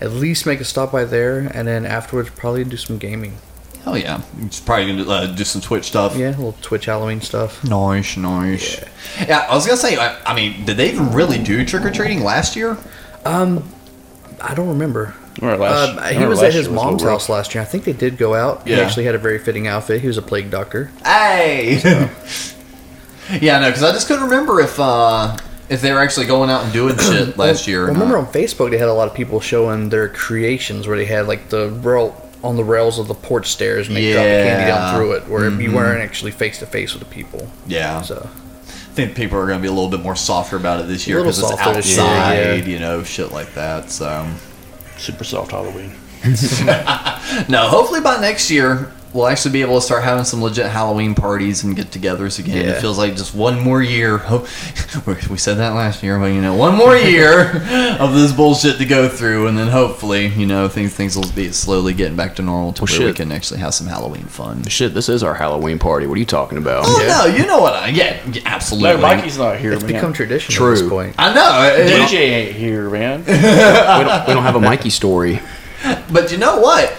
Speaker 7: At least make a stop by there, and then afterwards probably do some gaming.
Speaker 6: Hell yeah, it's probably gonna uh, do some Twitch stuff.
Speaker 7: Yeah, a little Twitch Halloween stuff.
Speaker 6: Nice, nice. Yeah. I was gonna say. I, I mean, did they even really do trick or treating last year?
Speaker 7: I don't remember.
Speaker 8: Remember last-
Speaker 7: Um, he
Speaker 8: remember
Speaker 7: was
Speaker 8: last
Speaker 7: at his
Speaker 8: year was
Speaker 7: mom's
Speaker 8: over.
Speaker 7: house last year. I think they did go out. He
Speaker 6: Yeah.
Speaker 7: actually had a very fitting outfit. He was a plague doctor.
Speaker 6: Hey. [LAUGHS] yeah, no, because I just couldn't remember if uh, if they were actually going out and
Speaker 7: [COUGHS]
Speaker 6: doing shit last year.
Speaker 7: I
Speaker 6: or
Speaker 7: remember
Speaker 6: not.
Speaker 7: on Facebook they had a lot of people showing their creations where they had like the rail on the rails of the porch stairs and they dropped the candy
Speaker 6: Yeah.
Speaker 7: down through it, where you weren't
Speaker 9: Mm-hmm.
Speaker 7: actually face to face with the people.
Speaker 6: Yeah,
Speaker 7: So
Speaker 6: I think people are going to be a little bit more softer about it this year
Speaker 7: Little
Speaker 6: because it's
Speaker 7: softer this year,
Speaker 6: outside,
Speaker 7: yeah.
Speaker 6: you know, shit like that. So,
Speaker 8: Super soft Halloween.
Speaker 6: no, hopefully by next year we'll actually be able to start having some legit Halloween parties and get-togethers again. It
Speaker 7: Yeah.
Speaker 6: feels like just one more year. Ho- [LAUGHS] we we said that last year, but you know, one more year [LAUGHS] of this bullshit to go through, and then hopefully, you know, things things will be slowly getting back to normal to
Speaker 9: Well,
Speaker 6: where we
Speaker 9: shit.
Speaker 6: can actually have some Halloween fun.
Speaker 9: Shit, this is our Halloween party. What are you talking about?
Speaker 6: Oh no, you know what I yeah, yeah absolutely.
Speaker 8: No, Mikey's not here,
Speaker 7: it's
Speaker 8: man.
Speaker 7: become tradition
Speaker 9: True.
Speaker 7: at this point.
Speaker 6: I know, it-
Speaker 8: DJ ain't here, man.
Speaker 9: We don't, we don't have a Mikey story.
Speaker 6: but you know what?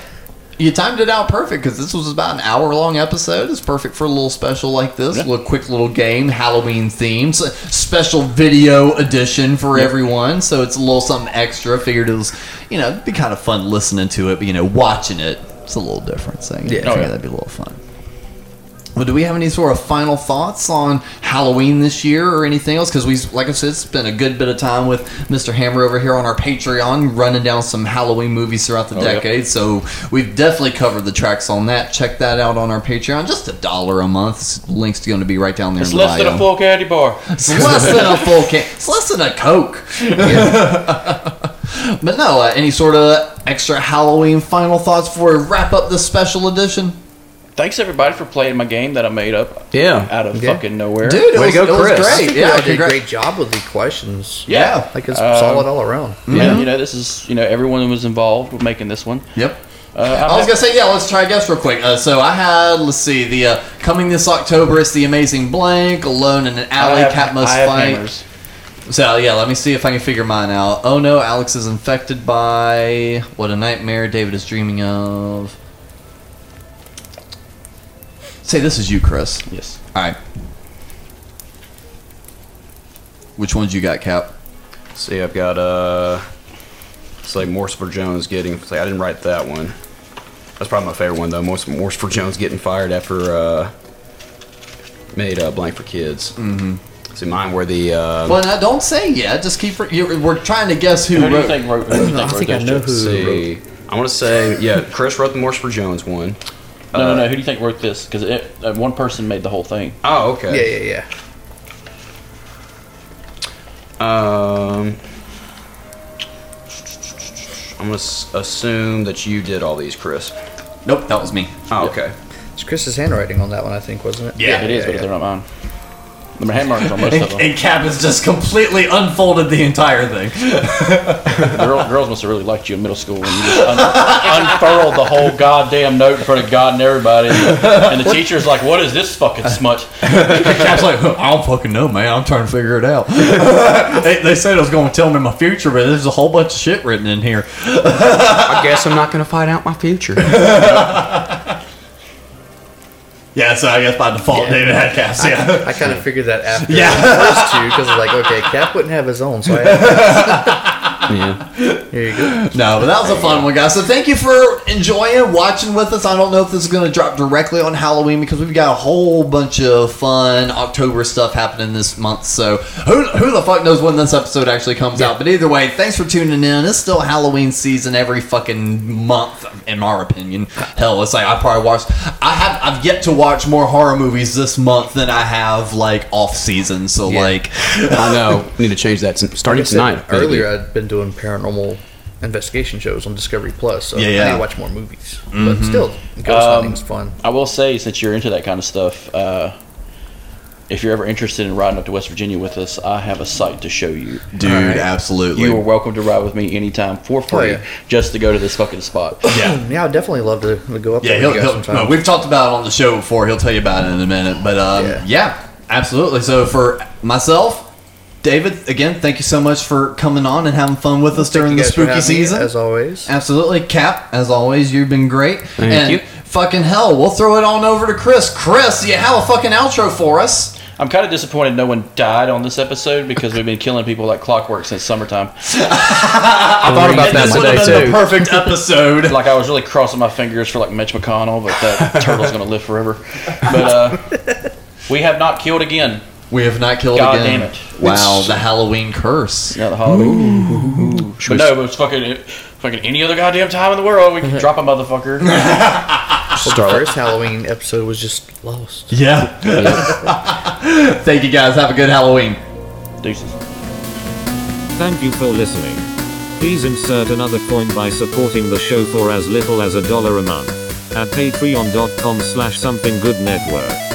Speaker 6: You timed it out perfect because this was about an hour long episode. It's perfect for a little special like this, a little quick little game, Halloween themes, a special video edition for everyone. So it's a little something extra. Figured it was, you know, it'd be kind of fun listening to it, but you know, watching it, it's a little different. So yeah,
Speaker 7: Yeah.
Speaker 8: Oh, yeah.
Speaker 6: that'd be a little fun. Well, do we have any sort of final thoughts on Halloween this year or anything else? Because we, like I said, spent a good bit of time with Mr. Hammer over here on our Patreon, running down some Halloween movies throughout the
Speaker 8: Oh, yeah.
Speaker 6: decade. So we've definitely covered the tracks on that. Check that out on our Patreon. Just a dollar a month. Link's going to be right down there.
Speaker 8: It's
Speaker 6: in the
Speaker 8: less than
Speaker 6: bio.
Speaker 8: a full candy bar.
Speaker 6: It's less than a full can. It's less than a Coke. [LAUGHS] but no, uh, any sort of extra Halloween final thoughts before we wrap up this special edition?
Speaker 8: Thanks everybody for playing my game that I made up.
Speaker 9: Yeah.
Speaker 8: out of
Speaker 7: Yeah.
Speaker 8: fucking nowhere.
Speaker 6: Dude, it
Speaker 9: Way
Speaker 6: was,
Speaker 9: to go,
Speaker 6: it was
Speaker 9: Chris.
Speaker 7: I [LAUGHS]
Speaker 6: great.
Speaker 7: think
Speaker 6: Yeah,
Speaker 7: y'all did a
Speaker 6: congra-
Speaker 7: great job with the questions.
Speaker 8: Yeah.
Speaker 7: Like it's
Speaker 8: Um,
Speaker 7: solid all around.
Speaker 8: You know, you know, this is you know everyone was involved with making this one.
Speaker 6: Yep.
Speaker 8: Uh, I've
Speaker 6: I was
Speaker 8: had-
Speaker 6: gonna say yeah. Let's try a guess real quick. Uh, so I had let's see the uh, coming this October. It's the Amazing Blank, Alone in an Alley,
Speaker 8: I have-
Speaker 6: Cat Must
Speaker 8: I have
Speaker 6: Fight.
Speaker 8: hammers.
Speaker 6: So yeah, let me see if I can figure mine out. Oh no, Alex is infected by what a nightmare David is dreaming of. Say this is you, Chris.
Speaker 8: Yes.
Speaker 6: All right. Which ones you got, Cap?
Speaker 9: See, I've got uh, it's like Morse for Jones getting. It's like I didn't write that one. That's probably my favorite one though. Morse, Morse for Jones getting fired after uh, made uh, blank for kids. Mm-hmm. See, mine were the. Uh,
Speaker 6: Well, now don't say yet. Just keep. you we're trying to guess who,
Speaker 8: Who do you
Speaker 6: wrote.
Speaker 8: think wrote? Who do
Speaker 6: [CLEARS THROAT]
Speaker 8: you think wrote those jokes?
Speaker 9: let's see, I want to say yeah. Chris wrote the Morse for Jones one.
Speaker 8: No, no, no. Who do you think wrote this? Because uh, one person made the whole thing.
Speaker 9: Oh,
Speaker 7: Yeah,
Speaker 9: okay.
Speaker 7: yeah, yeah.
Speaker 9: Um, I'm gonna s- assume that you did all these, Chris.
Speaker 6: Nope, that was me.
Speaker 9: Oh, okay.
Speaker 7: It's Chris's handwriting on that one, I think, wasn't it?
Speaker 6: Yeah.
Speaker 8: it is, but they're not mine. The hand marks on most
Speaker 6: And,
Speaker 8: of
Speaker 6: [LAUGHS]
Speaker 8: them.
Speaker 6: and Cap has just completely unfolded the entire thing.
Speaker 8: The girl, girls must have really liked you in middle school when you just un- [LAUGHS] unfurled the whole goddamn note in front of God and everybody. And the teacher's like, "What is this fucking smut?"
Speaker 6: Cap's like, I don't fucking know, man. I'm trying to figure it out. [LAUGHS] they, they said it was going to tell me my future, but there's a whole bunch of shit written in here.
Speaker 9: I guess I'm not gonna find out my future.
Speaker 6: Yeah, so I guess by default,
Speaker 7: Yeah.
Speaker 6: David had Cap's. Yeah.
Speaker 7: [LAUGHS] I kind of figured that after
Speaker 6: Yeah.
Speaker 7: the first two because like, okay, Cap wouldn't have his own, so I had
Speaker 9: [LAUGHS]
Speaker 7: Here you go.
Speaker 6: No, but that was a fun one, guys. So thank you for enjoying, watching with us. I don't know if this is going to drop directly on Halloween because we've got a whole bunch of fun October stuff happening this month. So who, who the fuck knows when this episode actually comes out? But either way, thanks for tuning in. It's still Halloween season every fucking month, in our opinion. Hell, it's like I probably watched. I have. I've yet to watch more horror movies this month than I have like off season. So
Speaker 7: Yeah.
Speaker 6: like,
Speaker 9: I know. Need to change that sin- starting
Speaker 7: Like I said
Speaker 9: tonight. baby.
Speaker 7: earlier, I'd been doing paranormal investigation shows on Discovery Plus, so
Speaker 6: Yeah,
Speaker 7: I
Speaker 6: yeah. Mm-hmm. Um,
Speaker 7: need to watch more movies. But still, ghost hunting's fun.
Speaker 8: I will say, since you're into that kind of stuff, uh, if you're ever interested in riding up to West Virginia with us, I have a site to show you.
Speaker 6: dude, absolutely.
Speaker 8: You are welcome to ride with me anytime for free,
Speaker 7: yeah.
Speaker 8: just to go to this fucking spot.
Speaker 7: Yeah, I'd definitely love to, to go up
Speaker 6: Yeah,
Speaker 7: there
Speaker 6: he'll,
Speaker 7: with you guys
Speaker 6: he'll,
Speaker 7: sometime.
Speaker 6: no, we've talked about it on the show before. He'll tell you about it in a minute. But um,
Speaker 7: Yeah.
Speaker 6: yeah. absolutely. So for myself, David, again, thank you so much for coming on and having fun with us
Speaker 7: Thank
Speaker 6: during
Speaker 7: you
Speaker 6: the
Speaker 7: guys for
Speaker 6: spooky
Speaker 7: having me,
Speaker 6: season.
Speaker 7: as always.
Speaker 6: absolutely, Cap. As always, you've been great.
Speaker 9: Thank
Speaker 6: and
Speaker 9: you.
Speaker 6: Fucking hell, we'll throw it on over to Chris. Chris, do you have a fucking outro for us?
Speaker 8: I'm kind of disappointed no one died on this episode because we've been killing people like clockwork since summertime.
Speaker 9: I thought
Speaker 8: That's
Speaker 9: about that
Speaker 6: this would have been
Speaker 9: today
Speaker 6: the
Speaker 9: too. [LAUGHS]
Speaker 6: perfect episode.
Speaker 8: Like I was really crossing my fingers for like Mitch McConnell, but that turtle's gonna live forever. But uh, we have not killed again.
Speaker 6: we have not killed
Speaker 8: God
Speaker 6: again.
Speaker 8: damn it.
Speaker 6: Wow, the Halloween curse.
Speaker 8: Not the Halloween. But no, but it's fucking fucking any other goddamn time in the world we
Speaker 6: [LAUGHS]
Speaker 8: could drop a motherfucker.
Speaker 7: Well, the first Halloween episode was just lost.
Speaker 6: Yeah. [LAUGHS] Thank you guys. Have a good Halloween.
Speaker 8: Deuces.
Speaker 1: Thank you for listening. Please insert another coin by supporting the show for as little as a dollar a month at patreon.com slash something good network.